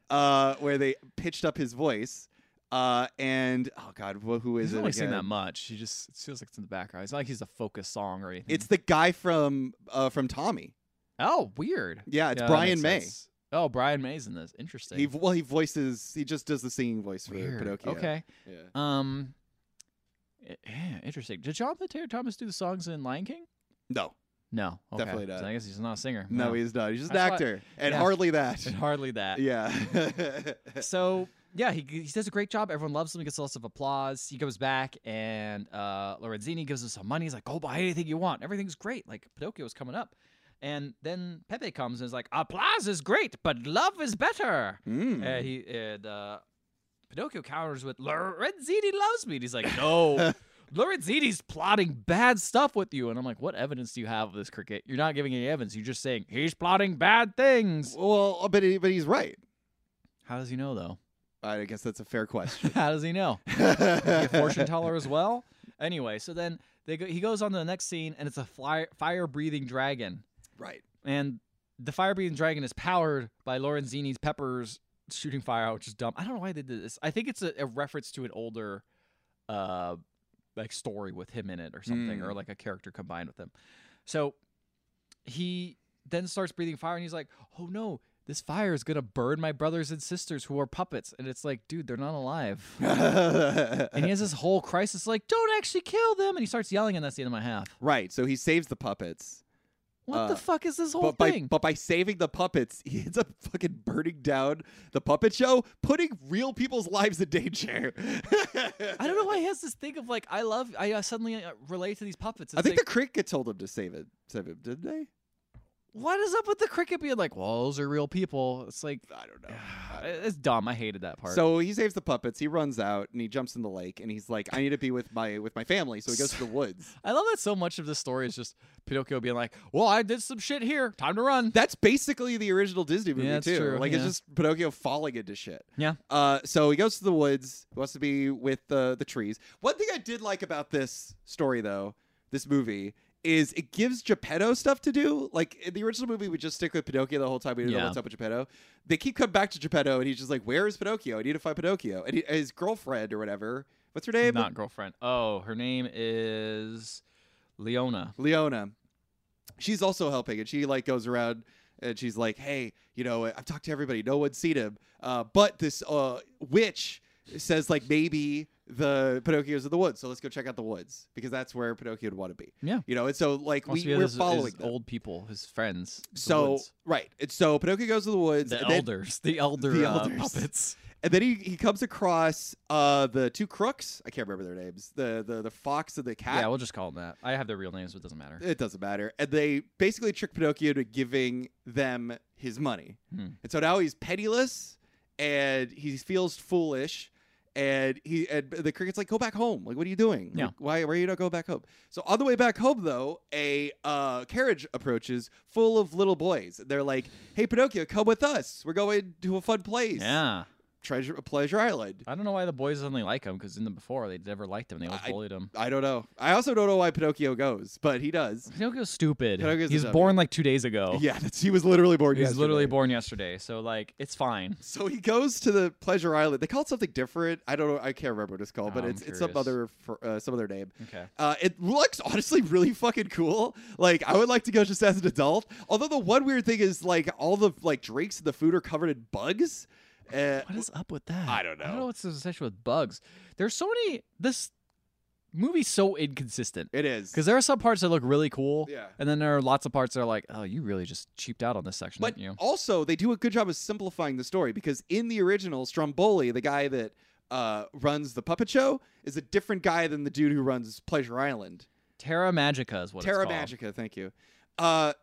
[SPEAKER 2] uh, where they pitched up his voice. Uh, and oh god, wh- who is
[SPEAKER 1] he's
[SPEAKER 2] it?
[SPEAKER 1] only seen
[SPEAKER 2] again?
[SPEAKER 1] that much. He just it feels like it's in the background. It's not like he's a focus song or anything.
[SPEAKER 2] It's the guy from uh, from Tommy.
[SPEAKER 1] oh weird.
[SPEAKER 2] Yeah, it's
[SPEAKER 1] Yeah, that
[SPEAKER 2] Brian
[SPEAKER 1] makes
[SPEAKER 2] May.
[SPEAKER 1] sense. Oh, Brian May's in this. Interesting.
[SPEAKER 2] He well, he voices. He just does the singing voice for
[SPEAKER 1] Weird.
[SPEAKER 2] Pinocchio.
[SPEAKER 1] Okay.
[SPEAKER 2] Yeah.
[SPEAKER 1] Um. i- Yeah, interesting. Did Jonathan Taylor Thomas do the songs in Lion King?
[SPEAKER 2] No,
[SPEAKER 1] No, okay.
[SPEAKER 2] Definitely not.
[SPEAKER 1] So I guess he's not a singer.
[SPEAKER 2] no,
[SPEAKER 1] Wow. (laughs)
[SPEAKER 2] he's not. He's just an
[SPEAKER 1] That's why-
[SPEAKER 2] actor, and
[SPEAKER 1] yeah.
[SPEAKER 2] hardly that.
[SPEAKER 1] And hardly that.
[SPEAKER 2] yeah.
[SPEAKER 1] (laughs) So yeah, he he does a great job. Everyone loves him. He gets lots of applause. He goes back, and uh, Lorenzini gives him some money. He's like, "Go buy anything you want. Everything's great." Like Pinocchio's coming up, and then Pepe comes and is like, "Applause is great, but love is better."
[SPEAKER 2] Mm.
[SPEAKER 1] And he and uh, Pinocchio counters with Lorenzini loves me. And he's like, no, Lorenzini's plotting bad stuff with you. And I'm like, what evidence do you have of this cricket? You're not giving any evidence. You're just saying he's plotting bad things.
[SPEAKER 2] Well, but he, but he's right.
[SPEAKER 1] How does he know though? (laughs)
[SPEAKER 2] I guess that's a fair question.
[SPEAKER 1] How does (laughs) he know? Is he a fortune teller as well. Anyway, so then they go, he goes on to the next scene, and it's a fly, fire breathing dragon,
[SPEAKER 2] right.
[SPEAKER 1] and the fire breathing dragon is powered by Lorenzini's peppers shooting fire out, which is dumb. I don't know why they did this. I think it's a, a reference to an older, uh, like story with him in it or something,
[SPEAKER 2] Mm.
[SPEAKER 1] or like a character combined with him. So he then starts breathing fire, and he's like, "Oh no." This fire is gonna burn my brothers and sisters who are puppets, and it's like, dude, they're not alive
[SPEAKER 2] (laughs)
[SPEAKER 1] and he has this whole crisis like don't actually kill them and he starts yelling and that's the end of my half
[SPEAKER 2] right. So he saves the puppets.
[SPEAKER 1] what
[SPEAKER 2] Uh,
[SPEAKER 1] the fuck is this whole
[SPEAKER 2] But by,
[SPEAKER 1] thing
[SPEAKER 2] but by saving the puppets, he ends up fucking burning down the puppet show, putting real people's lives in danger. (laughs)
[SPEAKER 1] i don't know why he has this thing of like i love i uh, suddenly uh, relate to these puppets
[SPEAKER 2] I
[SPEAKER 1] It's
[SPEAKER 2] think
[SPEAKER 1] like,
[SPEAKER 2] the cricket told him to save it. Save him, didn't they?
[SPEAKER 1] what is up with the cricket being like well those are real people it's like uh,
[SPEAKER 2] I don't know. I don't know.
[SPEAKER 1] it's dumb (sighs) i hated that part
[SPEAKER 2] So he saves the puppets. He runs out and he jumps in the lake and he's like, "I need to be with my with my family." So he goes to
[SPEAKER 1] (laughs)
[SPEAKER 2] the woods.
[SPEAKER 1] i love that so much of this story is just pinocchio being like well i did some shit here time to run
[SPEAKER 2] That's basically the original Disney movie
[SPEAKER 1] Yeah, that's
[SPEAKER 2] too.
[SPEAKER 1] true,
[SPEAKER 2] Like it's
[SPEAKER 1] yeah.
[SPEAKER 2] just Pinocchio falling into shit.
[SPEAKER 1] yeah
[SPEAKER 2] Uh, so he goes to the woods. He wants to be with the the trees. One thing I did like about this story, though, this movie is it gives Geppetto stuff to do. Like in the original movie, we just stick with Pinocchio the whole time. We didn't know
[SPEAKER 1] Yeah.
[SPEAKER 2] what's up with Geppetto. They keep coming back to Geppetto, and he's just like, "Where is Pinocchio? I need to find Pinocchio." And he, his girlfriend or whatever, what's her name?
[SPEAKER 1] not girlfriend oh her name is leona
[SPEAKER 2] Leona. She's also helping, and she like goes around and she's like, "Hey, you know, I've talked to everybody. No one's seen him, uh, but this uh, witch says like maybe the Pinocchio's in the woods, so let's go check out the woods because that's where Pinocchio would want to be."
[SPEAKER 1] Yeah.
[SPEAKER 2] you know, and so like
[SPEAKER 1] Wants to
[SPEAKER 2] we
[SPEAKER 1] be with
[SPEAKER 2] we're
[SPEAKER 1] his- his
[SPEAKER 2] following them.
[SPEAKER 1] old people his friends the
[SPEAKER 2] so
[SPEAKER 1] woods.
[SPEAKER 2] right, and so Pinocchio goes to the woods,
[SPEAKER 1] the
[SPEAKER 2] and then,
[SPEAKER 1] elders, the elder
[SPEAKER 2] The
[SPEAKER 1] uh,
[SPEAKER 2] elders.
[SPEAKER 1] puppets.
[SPEAKER 2] and then he, he comes across uh, the two crooks. I can't remember their names. The the the fox and the cat.
[SPEAKER 1] Yeah, we'll just call them that. I have their real names, but it doesn't matter.
[SPEAKER 2] It doesn't matter. And they basically trick Pinocchio to giving them his money.
[SPEAKER 1] Hmm.
[SPEAKER 2] And so now he's penniless and he feels foolish. And he and the cricket's like, go back home. Like, what are you doing?
[SPEAKER 1] Yeah.
[SPEAKER 2] Like, why why are you not going back home? So on the way back home though, a uh, carriage approaches full of little boys. They're like, Hey Pinocchio, come with us. We're going to a fun place.
[SPEAKER 1] Yeah,
[SPEAKER 2] Treasure Pleasure Island.
[SPEAKER 1] I don't know why the boys suddenly like him because in the before they never liked him. They always
[SPEAKER 2] I-
[SPEAKER 1] bullied him.
[SPEAKER 2] I don't know. I also don't know why Pinocchio goes, but he does.
[SPEAKER 1] Pinocchio's stupid.
[SPEAKER 2] Pinocchio's a
[SPEAKER 1] he was
[SPEAKER 2] dummy.
[SPEAKER 1] born like two days ago.
[SPEAKER 2] Yeah, (laughs) that's, he was literally born
[SPEAKER 1] he was Oh. literally
[SPEAKER 2] yesterday.
[SPEAKER 1] born yesterday. So like, it's fine.
[SPEAKER 2] So he goes to the pleasure island. They call it something different. I don't know. I can't remember what it's called, but
[SPEAKER 1] Oh, I'm
[SPEAKER 2] it's it's some
[SPEAKER 1] curious.
[SPEAKER 2] other fr- uh, some other name.
[SPEAKER 1] Okay.
[SPEAKER 2] Uh, it looks honestly really fucking cool. Like I would like to go just as an adult. Although the one weird thing is like all the like drinks and the food are covered in bugs. Uh,
[SPEAKER 1] What is up with that?
[SPEAKER 2] I don't
[SPEAKER 1] I don't
[SPEAKER 2] know.
[SPEAKER 1] know what's obsession with bugs. There's so many. This movie's so inconsistent
[SPEAKER 2] it is
[SPEAKER 1] because there are some parts that look really cool,
[SPEAKER 2] Yeah.
[SPEAKER 1] and then there are lots of parts that are like, oh, you really just cheaped out on this section,
[SPEAKER 2] But
[SPEAKER 1] didn't you?
[SPEAKER 2] also, they do a good job of simplifying the story because in the original, Stromboli, the guy that uh, runs the puppet show, is a different guy than the dude who runs Pleasure Island.
[SPEAKER 1] Terra Magica is what
[SPEAKER 2] Terra
[SPEAKER 1] it's called.
[SPEAKER 2] Magica, thank you. Uh,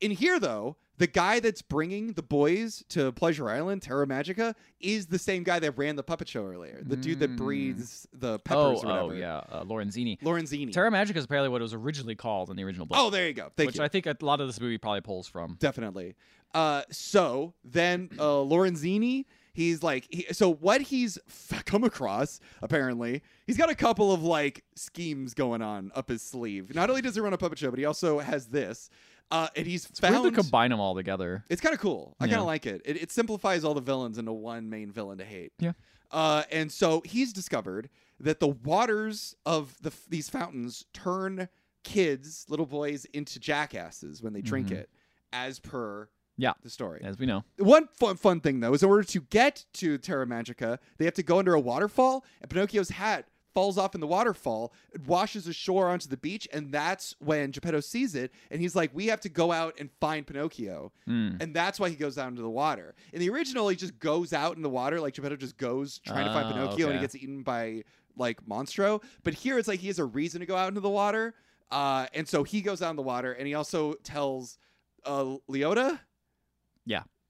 [SPEAKER 2] in here, though, the guy that's bringing the boys to Pleasure Island, Terra Magica, is the same guy that ran the puppet show earlier. The dude that
[SPEAKER 1] Mm.
[SPEAKER 2] breathes the peppers
[SPEAKER 1] oh,
[SPEAKER 2] or
[SPEAKER 1] oh
[SPEAKER 2] whatever.
[SPEAKER 1] yeah, uh, Lorenzini.
[SPEAKER 2] Lorenzini.
[SPEAKER 1] Terra Magica is apparently what it was originally called in the original book.
[SPEAKER 2] oh, there you go. Thank
[SPEAKER 1] which
[SPEAKER 2] you.
[SPEAKER 1] I think a lot of this movie probably pulls from.
[SPEAKER 2] Definitely. Uh, so then uh, Lorenzini, he's like, he, so what he's (laughs) f- come across, apparently, he's got a couple of like schemes going on up his sleeve. Not only does he run a puppet show, but he also has this. Uh, and he's
[SPEAKER 1] We have to
[SPEAKER 2] found.
[SPEAKER 1] combine them all together.
[SPEAKER 2] It's kind of cool. I
[SPEAKER 1] Yeah.
[SPEAKER 2] kind of like it. it. It simplifies all the villains into one main villain to hate.
[SPEAKER 1] Yeah.
[SPEAKER 2] Uh, and so he's discovered that the waters of the f- these fountains turn kids, little boys, into jackasses when they drink
[SPEAKER 1] Mhm.
[SPEAKER 2] it, as per
[SPEAKER 1] Yeah,
[SPEAKER 2] the story.
[SPEAKER 1] as we know.
[SPEAKER 2] One fun, fun thing though is in order to get to Terra Magica, they have to go under a waterfall, and Pinocchio's hat falls off in the waterfall, it washes ashore onto the beach, and that's when Geppetto sees it, and he's like, "We have to go out and find Pinocchio,"
[SPEAKER 1] Hmm,
[SPEAKER 2] and that's why he goes down into the water. In the original, he just goes out in the water, like Geppetto just goes trying to find
[SPEAKER 1] Ah,
[SPEAKER 2] Pinocchio, and he
[SPEAKER 1] okay.
[SPEAKER 2] gets eaten by like Monstro. But here, it's like he has a reason to go out into the water, uh, and so he goes out in the water, and he also tells uh, Leota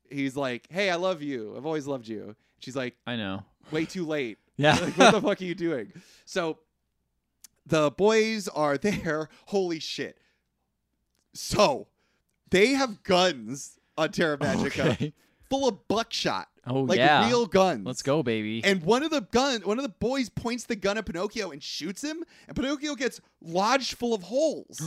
[SPEAKER 2] he's like, "Hey, I love you. I've always loved you." She's like,
[SPEAKER 1] I know.
[SPEAKER 2] "Way too late.
[SPEAKER 1] Yeah. (laughs)
[SPEAKER 2] Like, what the fuck are you doing?" So the boys are (laughs) there. Holy shit! So they have guns on Terra
[SPEAKER 1] (laughs)
[SPEAKER 2] Magica,
[SPEAKER 1] Okay.
[SPEAKER 2] full of buckshot,
[SPEAKER 1] Oh
[SPEAKER 2] like
[SPEAKER 1] yeah.
[SPEAKER 2] real guns.
[SPEAKER 1] Let's go, baby.
[SPEAKER 2] And one of the gun, one of the boys points the gun at Pinocchio and shoots him, and Pinocchio gets lodged full
[SPEAKER 1] (gasps)
[SPEAKER 2] of holes.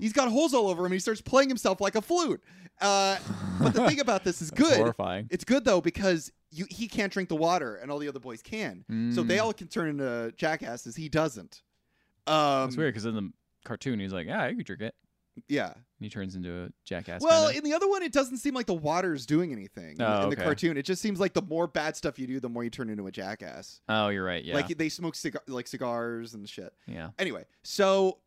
[SPEAKER 2] He's got holes all over him, and he starts playing himself like a flute. Uh, but the thing
[SPEAKER 1] (laughs)
[SPEAKER 2] about this is good.
[SPEAKER 1] Horrifying.
[SPEAKER 2] It's good though because you he can't drink the water and all the other boys can. So they
[SPEAKER 1] Mm.
[SPEAKER 2] all can turn into jackasses. He doesn't. Um,
[SPEAKER 1] Hmm. It's weird because in the cartoon he's like, "Yeah, you can drink it,"
[SPEAKER 2] Yeah.
[SPEAKER 1] and he turns into a jackass.
[SPEAKER 2] well,
[SPEAKER 1] kinda.
[SPEAKER 2] in the other one, it doesn't seem like the water's doing anything. in-
[SPEAKER 1] Oh,
[SPEAKER 2] in the
[SPEAKER 1] okay.
[SPEAKER 2] cartoon, it just seems like the more bad stuff you do, the more you turn into a jackass.
[SPEAKER 1] oh, you're right. Yeah,
[SPEAKER 2] Like they smoke cigar- like cigars and shit.
[SPEAKER 1] yeah.
[SPEAKER 2] Anyway, so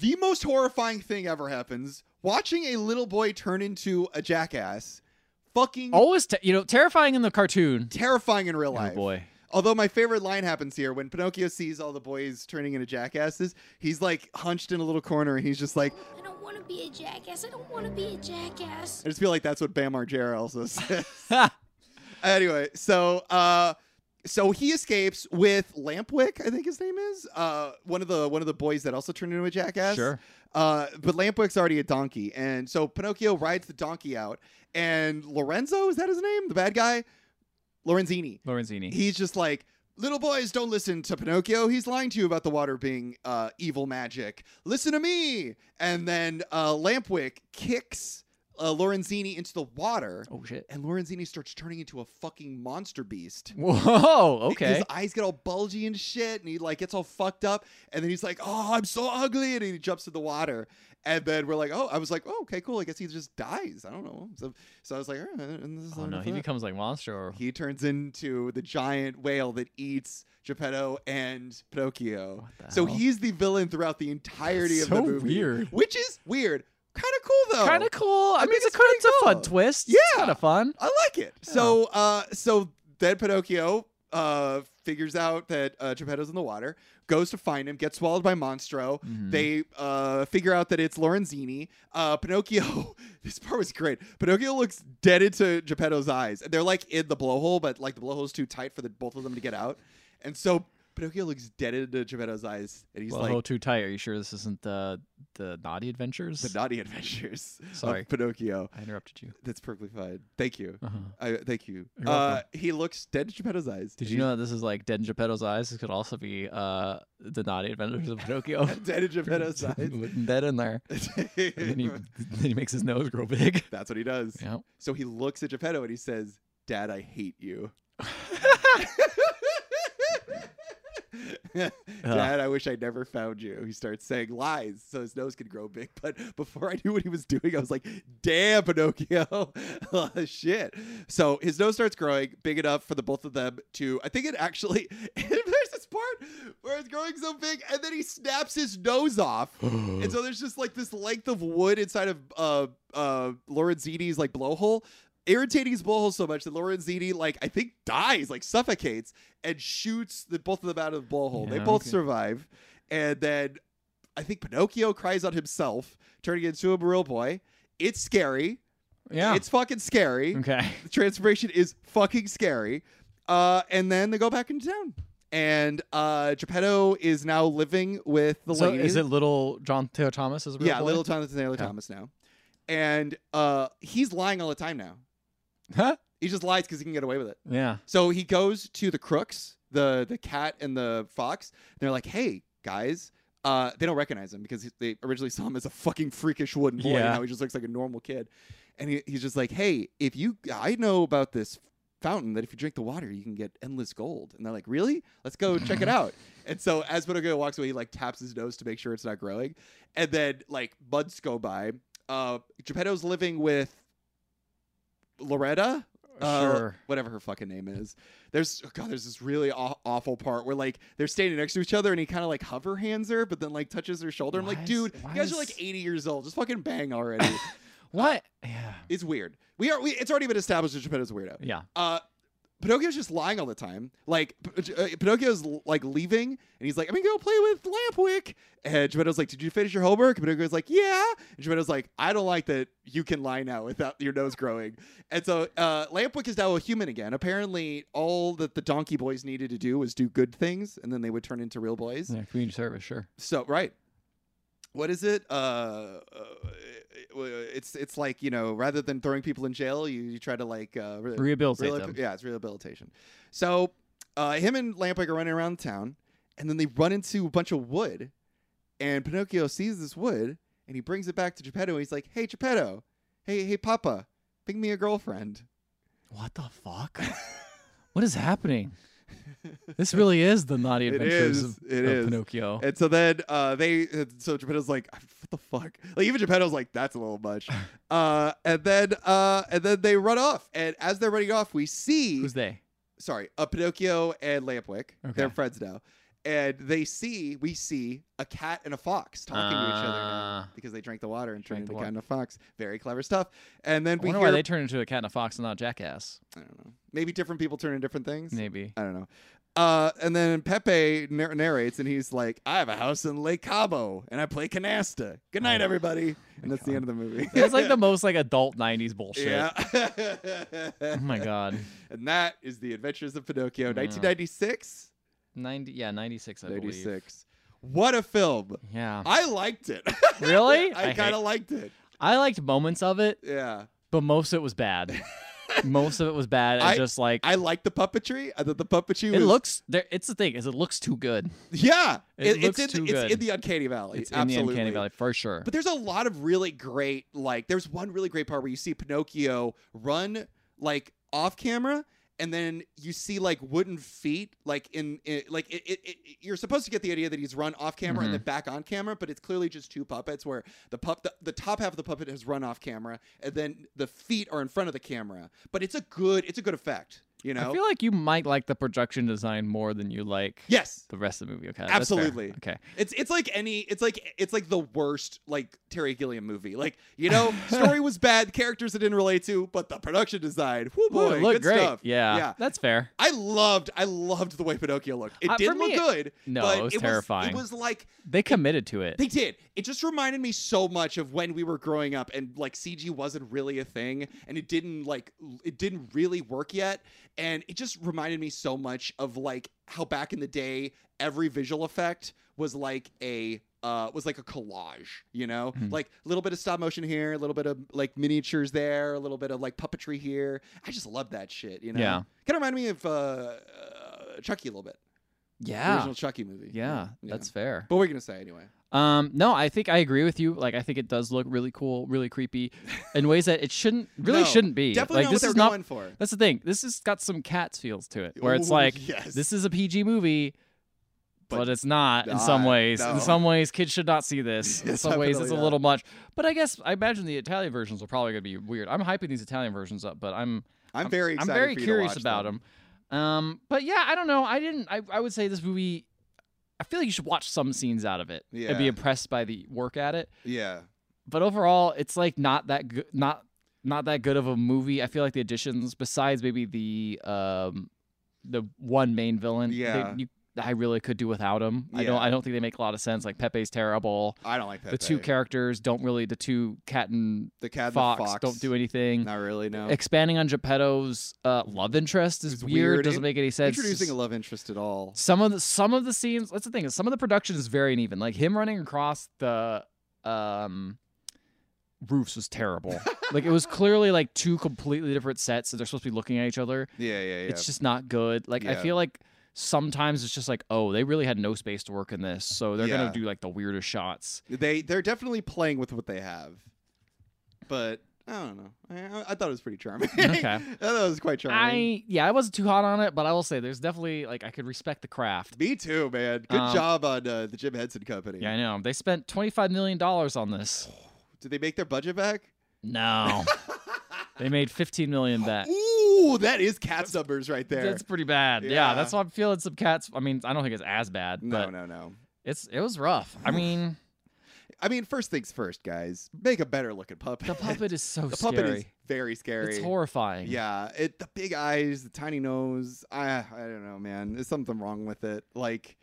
[SPEAKER 2] the most horrifying thing ever happens: watching a little boy turn into a jackass. Fucking
[SPEAKER 1] Always, te- you know, terrifying in the cartoon.
[SPEAKER 2] terrifying in real life.
[SPEAKER 1] Oh
[SPEAKER 2] (laughs)
[SPEAKER 1] boy.
[SPEAKER 2] Although my favorite line happens here when Pinocchio sees all the boys turning into jackasses, he's like hunched in a little corner and he's just like,
[SPEAKER 4] I don't want to be a jackass. I don't want to be a jackass.
[SPEAKER 2] I just feel like that's what Bam Margera also says. (laughs) anyway, so uh, so he escapes with Lampwick, I think his name is, uh, one of the one of the boys that also turned into a jackass.
[SPEAKER 1] Sure.
[SPEAKER 2] Uh, but Lampwick's already a donkey, and so Pinocchio rides the donkey out, and Lorenzo is that his name, the bad guy, Lorenzini.
[SPEAKER 1] Lorenzini.
[SPEAKER 2] he's just like little boys don't listen to pinocchio he's lying to you about the water being uh, evil magic listen to me and then uh, lampwick kicks uh, lorenzini into the water
[SPEAKER 1] oh shit.
[SPEAKER 2] and lorenzini starts turning into a fucking monster beast
[SPEAKER 1] Whoa. (laughs) Okay.
[SPEAKER 2] his eyes get all bulgy and shit, and he like gets all fucked up, and then he's like, "Oh, I'm so ugly," and he jumps in the water, and then we're like, "Oh, I was like, oh, okay, cool. I guess he just dies. I don't know." So, so I was like, "All right." And this is
[SPEAKER 1] Oh
[SPEAKER 2] all
[SPEAKER 1] no,
[SPEAKER 2] for
[SPEAKER 1] he
[SPEAKER 2] that."
[SPEAKER 1] becomes like monster. Or...
[SPEAKER 2] He turns into the giant whale that eats Geppetto and Pinocchio.
[SPEAKER 1] What the
[SPEAKER 2] So
[SPEAKER 1] hell?
[SPEAKER 2] he's the villain throughout the entirety
[SPEAKER 1] That's
[SPEAKER 2] of the
[SPEAKER 1] so
[SPEAKER 2] movie.
[SPEAKER 1] weird.
[SPEAKER 2] Which is weird. Kind of cool though.
[SPEAKER 1] Kind of cool. I,
[SPEAKER 2] Oh. I
[SPEAKER 1] mean,
[SPEAKER 2] think
[SPEAKER 1] it's,
[SPEAKER 2] it's
[SPEAKER 1] a, kind-
[SPEAKER 2] pretty
[SPEAKER 1] it's a fun
[SPEAKER 2] cool.
[SPEAKER 1] twist. it's
[SPEAKER 2] Yeah.
[SPEAKER 1] kind of fun.
[SPEAKER 2] I like it. So uh so then Pinocchio uh figures out that uh Geppetto's in the water, goes to find him, gets swallowed by Monstro.
[SPEAKER 1] Mhm.
[SPEAKER 2] They uh figure out that it's Lorenzini. Uh Pinocchio (laughs) this part was great. Pinocchio looks dead into Geppetto's eyes. They're like in the blowhole, but like the blowhole's too tight for the both of them to get out. And so Pinocchio looks dead into Geppetto's eyes and he's
[SPEAKER 1] Well,
[SPEAKER 2] like
[SPEAKER 1] oh, too tight. Are you sure this isn't the the naughty adventures?
[SPEAKER 2] the naughty adventures
[SPEAKER 1] Sorry.
[SPEAKER 2] of Pinocchio.
[SPEAKER 1] I interrupted
[SPEAKER 2] (laughs)
[SPEAKER 1] you.
[SPEAKER 2] That's perfectly fine. Thank you.
[SPEAKER 1] Uh-huh.
[SPEAKER 2] I, thank you.
[SPEAKER 1] You're
[SPEAKER 2] Uh,
[SPEAKER 1] welcome.
[SPEAKER 2] he looks dead into Geppetto's eyes.
[SPEAKER 1] Did you know that this is like Dead in Geppetto's Eyes? This could also be uh, the naughty adventures
[SPEAKER 2] (laughs)
[SPEAKER 1] of Pinocchio.
[SPEAKER 2] (laughs) dead
[SPEAKER 1] (laughs)
[SPEAKER 2] in Geppetto's eyes.
[SPEAKER 1] Looking dead in there. (laughs) And
[SPEAKER 2] (laughs)
[SPEAKER 1] then he, then he makes his nose grow big.
[SPEAKER 2] That's what he does.
[SPEAKER 1] Yeah.
[SPEAKER 2] So he looks at Geppetto and he says, "Dad, I hate you." Dad, I wish I never found you. He starts saying lies so his nose could grow big. But before I knew what he was doing, I was like, damn, Pinocchio. (laughs) Oh, Shit. So his nose starts growing big enough for the both of them to, I think it actually, (laughs) there's this part where it's growing so big and then he snaps his nose off. and so there's just like this length of wood inside of uh, uh, Lorenzini's like blowhole irritating his blowhole so much that Lorenzini, like, I think dies, like, suffocates and shoots the both of them out of the blowhole. they
[SPEAKER 1] Yeah,
[SPEAKER 2] both
[SPEAKER 1] okay.
[SPEAKER 2] survive. And then I think Pinocchio cries out himself, turning into a real boy. It's scary.
[SPEAKER 1] (gasps) Yeah.
[SPEAKER 2] It's fucking
[SPEAKER 1] (laughs)
[SPEAKER 2] scary.
[SPEAKER 1] okay.
[SPEAKER 2] The transformation is fucking scary. Uh, and then they go back into town. And uh, Geppetto is now living with the
[SPEAKER 1] so
[SPEAKER 2] lady.
[SPEAKER 1] is it little John Theo Thomas? Is a real
[SPEAKER 2] yeah,
[SPEAKER 1] boy?
[SPEAKER 2] little Thomas Taylor
[SPEAKER 1] Yeah.
[SPEAKER 2] Thomas now. And uh, he's lying all the time now.
[SPEAKER 1] Huh?
[SPEAKER 2] He just lies because he can get away with it.
[SPEAKER 1] Yeah.
[SPEAKER 2] So he goes to the crooks, the the cat and the fox. And they're like, "Hey guys," uh, they don't recognize him because he- they originally saw him as a fucking freakish wooden boy.
[SPEAKER 1] Yeah.
[SPEAKER 2] And now he just looks like a normal kid. And he, he's just like, "Hey, if you, I know about this fountain that if you drink the water, you can get endless gold." And they're like, "Really? Let's
[SPEAKER 1] (laughs)
[SPEAKER 2] go check it out." And so as Pinocchio walks away, he like taps his nose to make sure it's not growing. And then like months go by. Uh, Geppetto's living with Loretta. Uh,
[SPEAKER 1] Sure.
[SPEAKER 2] whatever her fucking name is. There's oh god, there's this really aw- awful part where like they're standing next to each other and he kind of like hover hands her, but then like touches her shoulder. I'm
[SPEAKER 1] Why
[SPEAKER 2] like,
[SPEAKER 1] is-
[SPEAKER 2] dude,
[SPEAKER 1] why
[SPEAKER 2] you guys
[SPEAKER 1] is-
[SPEAKER 2] are like 80 years old. Just fucking
[SPEAKER 1] (laughs)
[SPEAKER 2] bang already.
[SPEAKER 1] What? Yeah.
[SPEAKER 2] it's weird. We are. We, it's already been established that Geppetto's a weirdo.
[SPEAKER 1] Yeah.
[SPEAKER 2] Uh, Pinocchio's just lying all the time. Like P- uh, Pinocchio's like leaving, and he's like, "I'm gonna go play with Lampwick." And Geppetto's like, "Did you finish your homework?" And Pinocchio's like, "Yeah." And Geppetto's like, "I don't like that you can lie now without your nose growing." And so uh, Lampwick is now a human again. Apparently, all that the donkey boys needed to do was do good things, and then they would turn into real boys.
[SPEAKER 1] Yeah, community service, sure.
[SPEAKER 2] So right. What is it? Uh, uh, it- it's it's like you know, rather than throwing people in jail, you, you try to like uh, re-
[SPEAKER 1] Rehabilitate
[SPEAKER 2] rehabil-
[SPEAKER 1] them.
[SPEAKER 2] Yeah, it's rehabilitation. So uh, him and Lampwick are running around town, and then they run into a bunch of wood, and Pinocchio sees this wood, and he brings it back to Geppetto, and he's like, "Hey Geppetto, hey hey Papa, pick me a girlfriend."
[SPEAKER 1] What the fuck? (laughs) what is happening? This really is the naughty
[SPEAKER 2] It
[SPEAKER 1] adventures
[SPEAKER 2] is,
[SPEAKER 1] of,
[SPEAKER 2] it
[SPEAKER 1] of
[SPEAKER 2] is.
[SPEAKER 1] Pinocchio.
[SPEAKER 2] And so then uh, they, uh, so Geppetto's like, what the fuck? Like even Geppetto's like, that's a little much. Uh, and then, uh, and then they run off. And as they're running off, we see,
[SPEAKER 1] Who's they?
[SPEAKER 2] sorry, uh, Pinocchio and Lampwick.
[SPEAKER 1] Okay.
[SPEAKER 2] They're friends now. And they see, we see a cat and a fox talking to each other now
[SPEAKER 1] Ah.
[SPEAKER 2] because they drank the water and
[SPEAKER 1] Drank
[SPEAKER 2] turned
[SPEAKER 1] the
[SPEAKER 2] into a
[SPEAKER 1] water.
[SPEAKER 2] cat and a fox. Very clever stuff. And then
[SPEAKER 1] I
[SPEAKER 2] we
[SPEAKER 1] wonder
[SPEAKER 2] hear,
[SPEAKER 1] why they turned into a cat and a fox and not a jackass.
[SPEAKER 2] I don't know, maybe different people turn into different things. (laughs)
[SPEAKER 1] Maybe.
[SPEAKER 2] I don't know. Uh, and then Pepe nar- narrates, and he's like, "I have a house in Lake Cabo, and I play canasta. Good night, everybody." And that's the end of the movie.
[SPEAKER 1] It's Oh. like the most like adult '90s bullshit.
[SPEAKER 2] (laughs) yeah. (laughs)
[SPEAKER 1] Oh my god.
[SPEAKER 2] And that is the Adventures of Pinocchio, 1996.
[SPEAKER 1] Ninety. Yeah, '96. I believe.
[SPEAKER 2] 96. What a film!
[SPEAKER 1] Yeah.
[SPEAKER 2] I liked it.
[SPEAKER 1] Really?
[SPEAKER 2] (laughs) I,
[SPEAKER 1] I
[SPEAKER 2] kind of
[SPEAKER 1] hate-
[SPEAKER 2] liked it.
[SPEAKER 1] I liked moments of it,
[SPEAKER 2] Yeah.
[SPEAKER 1] but most of it was
[SPEAKER 2] (laughs)
[SPEAKER 1] bad. most of it was bad. And
[SPEAKER 2] I-
[SPEAKER 1] just like
[SPEAKER 2] I liked the puppetry. I thought the puppetry
[SPEAKER 1] it
[SPEAKER 2] was
[SPEAKER 1] looks. There. It's the thing is it looks too good.
[SPEAKER 2] Yeah,
[SPEAKER 1] It looks
[SPEAKER 2] it's in,
[SPEAKER 1] too
[SPEAKER 2] It's
[SPEAKER 1] good.
[SPEAKER 2] in the uncanny valley.
[SPEAKER 1] It's
[SPEAKER 2] Absolutely.
[SPEAKER 1] in the uncanny valley for sure.
[SPEAKER 2] But there's a lot of really great, like, there's one really great part where you see Pinocchio run, like, off camera. And then you see like wooden feet, like in, in like it, it, it. You're supposed to get the idea that he's run off camera
[SPEAKER 1] Mm-hmm.
[SPEAKER 2] and then back on camera, but it's clearly just two puppets where the pup, the, the top half of the puppet has run off camera, and then the feet are in front of the camera. But it's a good, it's a good effect, you know.
[SPEAKER 1] I feel like you might like the production design more than you like
[SPEAKER 2] yes,
[SPEAKER 1] the rest of the movie. Okay. that's fair.
[SPEAKER 2] Absolutely.
[SPEAKER 1] Okay.
[SPEAKER 2] It's it's like any it's like it's like the worst like Terry Gilliam movie. Like, you
[SPEAKER 1] (laughs)
[SPEAKER 2] know, story was bad, characters it didn't relate to, but the production design, whoo
[SPEAKER 1] Ooh,
[SPEAKER 2] boy,
[SPEAKER 1] it looked
[SPEAKER 2] good
[SPEAKER 1] great.
[SPEAKER 2] stuff.
[SPEAKER 1] Yeah.
[SPEAKER 2] Yeah.
[SPEAKER 1] That's fair.
[SPEAKER 2] I loved I loved the way Pinocchio looked. It
[SPEAKER 1] Uh, for
[SPEAKER 2] didn't look
[SPEAKER 1] me, it-
[SPEAKER 2] good.
[SPEAKER 1] no,
[SPEAKER 2] but
[SPEAKER 1] it was terrifying.
[SPEAKER 2] It was like
[SPEAKER 1] They committed to it.
[SPEAKER 2] they did. It just reminded me so much of when we were growing up and like CG wasn't really a thing and it didn't like l- it didn't really work yet and it just reminded me so much of like how back in the day every visual effect was like a uh, was like a collage, you know,
[SPEAKER 1] Hmm.
[SPEAKER 2] like a little bit of stop motion here, a little bit of like miniatures there, a little bit of like puppetry here. I just love that shit, you know.
[SPEAKER 1] Yeah.
[SPEAKER 2] kind of reminded me of uh, uh, Chucky a little bit, the
[SPEAKER 1] yeah.
[SPEAKER 2] original Chucky movie.
[SPEAKER 1] Ah. Yeah. That's fair.
[SPEAKER 2] But we're gonna say anyway.
[SPEAKER 1] Um, no, I think I agree with you. Like, I think it does look really cool, really creepy, in ways that it shouldn't, really
[SPEAKER 2] No,
[SPEAKER 1] shouldn't be.
[SPEAKER 2] Definitely
[SPEAKER 1] like,
[SPEAKER 2] not
[SPEAKER 1] this
[SPEAKER 2] what
[SPEAKER 1] is
[SPEAKER 2] they're
[SPEAKER 1] not.
[SPEAKER 2] going for.
[SPEAKER 1] That's the thing. This has got some cats feels to it, where it's
[SPEAKER 2] Ooh,
[SPEAKER 1] like,
[SPEAKER 2] (laughs) yes.
[SPEAKER 1] this is a PG movie, but,
[SPEAKER 2] But
[SPEAKER 1] it's not in some
[SPEAKER 2] not,
[SPEAKER 1] ways.
[SPEAKER 2] no.
[SPEAKER 1] In some ways, kids should not see
[SPEAKER 2] (laughs)
[SPEAKER 1] this. In
[SPEAKER 2] Yes,
[SPEAKER 1] some ways, it's a
[SPEAKER 2] definitely
[SPEAKER 1] little much. But I guess I imagine the Italian versions are probably going to be weird. I'm hyping these Italian versions up, but I'm
[SPEAKER 2] I'm very excited
[SPEAKER 1] I'm very
[SPEAKER 2] for you to
[SPEAKER 1] curious
[SPEAKER 2] watch
[SPEAKER 1] about them. Um, but yeah, I don't know. I didn't. I, I would say this movie. I feel like you should watch some scenes out of it and be
[SPEAKER 2] Yeah.
[SPEAKER 1] impressed by the work at it.
[SPEAKER 2] Yeah.
[SPEAKER 1] But overall, it's like not that good. Not not that good of a movie. I feel like the additions, besides maybe the um, the one main villain. they-
[SPEAKER 2] Yeah.
[SPEAKER 1] you, I really could do without him. I
[SPEAKER 2] Yeah.
[SPEAKER 1] don't. I don't think they make a lot of sense. Like Pepe's terrible.
[SPEAKER 2] I don't like that.
[SPEAKER 1] The two
[SPEAKER 2] thing.
[SPEAKER 1] characters don't really. The two cat and,
[SPEAKER 2] the cat and
[SPEAKER 1] fox,
[SPEAKER 2] the fox
[SPEAKER 1] don't do anything
[SPEAKER 2] Not really. No.
[SPEAKER 1] expanding on Geppetto's uh, love interest is
[SPEAKER 2] It's
[SPEAKER 1] weird.
[SPEAKER 2] weird.
[SPEAKER 1] Doesn't
[SPEAKER 2] In-
[SPEAKER 1] make any sense.
[SPEAKER 2] Introducing a love interest at all.
[SPEAKER 1] some of the some of the scenes. That's the thing is some of the production is very uneven. Like him running across the um, roofs was
[SPEAKER 2] (laughs)
[SPEAKER 1] terrible. like it was clearly like two completely different sets that they're supposed to be looking at each other.
[SPEAKER 2] Yeah, yeah, yeah.
[SPEAKER 1] It's just not good. Like I
[SPEAKER 2] Yeah.
[SPEAKER 1] feel like sometimes it's just like oh they really had no space to work in this, so they're
[SPEAKER 2] Yeah.
[SPEAKER 1] gonna do like the weirdest shots.
[SPEAKER 2] they they're definitely playing with what they have, but I don't know. I, I thought it was pretty charming. (laughs)
[SPEAKER 1] Okay.
[SPEAKER 2] I thought it was quite charming.
[SPEAKER 1] I yeah I wasn't too hot on it, but I will say there's definitely like I could respect the craft.
[SPEAKER 2] Me too, man. Good
[SPEAKER 1] Um,
[SPEAKER 2] job on uh, the Jim Henson Company.
[SPEAKER 1] Yeah, I know. They spent $25 million on this.
[SPEAKER 2] (laughs) Did they make their budget back?
[SPEAKER 1] No. They made 15 million back.
[SPEAKER 2] Ooh, that is cat's numbers right there.
[SPEAKER 1] Uh, That's pretty bad. Yeah.
[SPEAKER 2] Yeah.
[SPEAKER 1] that's why I'm feeling some cats. I mean, I don't think it's as bad,
[SPEAKER 2] no,
[SPEAKER 1] but
[SPEAKER 2] no, no.
[SPEAKER 1] it's it was rough. I mean,
[SPEAKER 2] I mean, first things first, guys. Make a better looking puppet.
[SPEAKER 1] the
[SPEAKER 2] (laughs)
[SPEAKER 1] puppet is so
[SPEAKER 2] (laughs) the
[SPEAKER 1] scary.
[SPEAKER 2] puppet is very scary.
[SPEAKER 1] It's horrifying.
[SPEAKER 2] Yeah, it the big eyes, the tiny nose. I I don't know, man. There's something wrong with it. Like,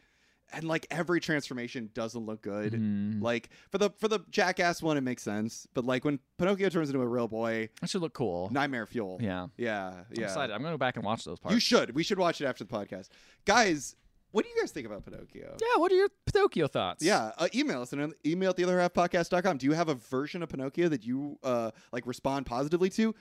[SPEAKER 2] and like every transformation doesn't look good.
[SPEAKER 1] Mhm.
[SPEAKER 2] Like for the for the jackass one, it makes sense. But like when Pinocchio turns into a real boy,
[SPEAKER 1] That should look cool.
[SPEAKER 2] nightmare fuel.
[SPEAKER 1] yeah.
[SPEAKER 2] yeah,
[SPEAKER 1] I'm
[SPEAKER 2] yeah.
[SPEAKER 1] excited. I'm gonna go back and watch those parts.
[SPEAKER 2] You should. We should watch it after the podcast, guys. What do you guys think about Pinocchio?
[SPEAKER 1] yeah. What are your Pinocchio thoughts?
[SPEAKER 2] Yeah, uh, email us and email at the other half podcast.com. Do you have a version of Pinocchio that you uh, like respond positively to?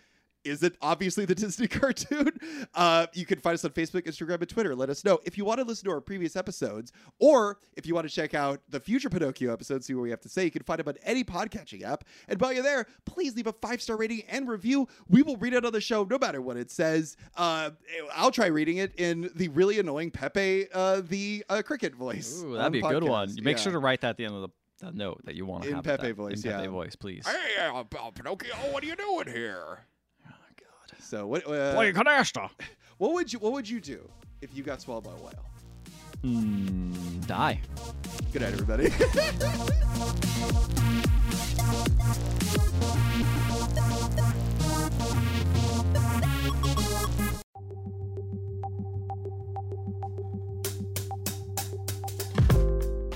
[SPEAKER 2] Is it obviously the (laughs) Disney cartoon? Uh, you can find us on Facebook, Instagram, and Twitter. Let us know if you want to listen to our previous episodes, or if you want to check out the future Pinocchio episodes, see what we have to say. You can find them on any podcatching app. And while you're there, please leave a five star rating and review. We will read it on the show, no matter what it says. Uh, I'll try reading it in the really annoying Pepe uh, the uh, cricket voice.
[SPEAKER 1] Ooh,
[SPEAKER 2] on
[SPEAKER 1] that'd be a good one.
[SPEAKER 2] podcast.
[SPEAKER 1] You make
[SPEAKER 2] Yeah.
[SPEAKER 1] sure to write that at the end of the, the note that you want to
[SPEAKER 2] In
[SPEAKER 1] have it
[SPEAKER 2] Pepe
[SPEAKER 1] that-
[SPEAKER 2] voice,
[SPEAKER 1] In Pepe
[SPEAKER 2] yeah.
[SPEAKER 1] voice, please.
[SPEAKER 5] Hey, uh, P- Pinocchio, what are you doing here?
[SPEAKER 1] Oh God.
[SPEAKER 2] So what? Uh,
[SPEAKER 5] Playing canasta.
[SPEAKER 2] (laughs) What would you What would you do if you got swallowed by a whale?
[SPEAKER 1] Mm, die.
[SPEAKER 2] Good night, everybody. (laughs)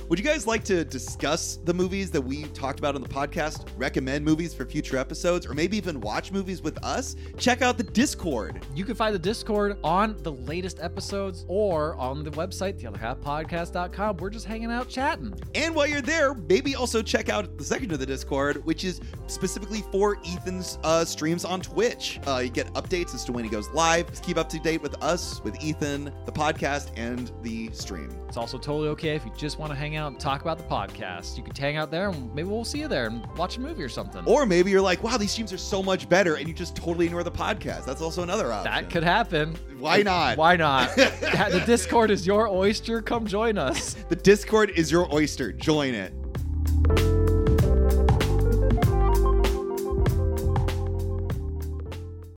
[SPEAKER 2] Would you guys like to discuss the movies that we talked about on the podcast, recommend movies for future episodes, or maybe even watch movies with us? Check out the Discord.
[SPEAKER 1] You can find the Discord on the latest episodes or on the website, theotherhalfpodcast.com. We're just hanging out chatting.
[SPEAKER 2] And while you're there, maybe also check out the section of the Discord, which is specifically for Ethan's uh, streams on Twitch. Uh, you get updates as to when he goes live. Just keep up to date with us, with Ethan, the podcast, and the stream.
[SPEAKER 1] It's also totally okay if you just want to hang out and talk about the podcast. You could hang out there and maybe we'll see you there and watch a movie or something.
[SPEAKER 2] Or maybe you're like, wow, these streams are so much better, and you just totally ignore the podcast. That's also another option.
[SPEAKER 1] that could happen.
[SPEAKER 2] Why not?
[SPEAKER 1] Why
[SPEAKER 2] (laughs)
[SPEAKER 1] not? the Discord is your oyster. Come join us.
[SPEAKER 2] The Discord is your oyster. Join it.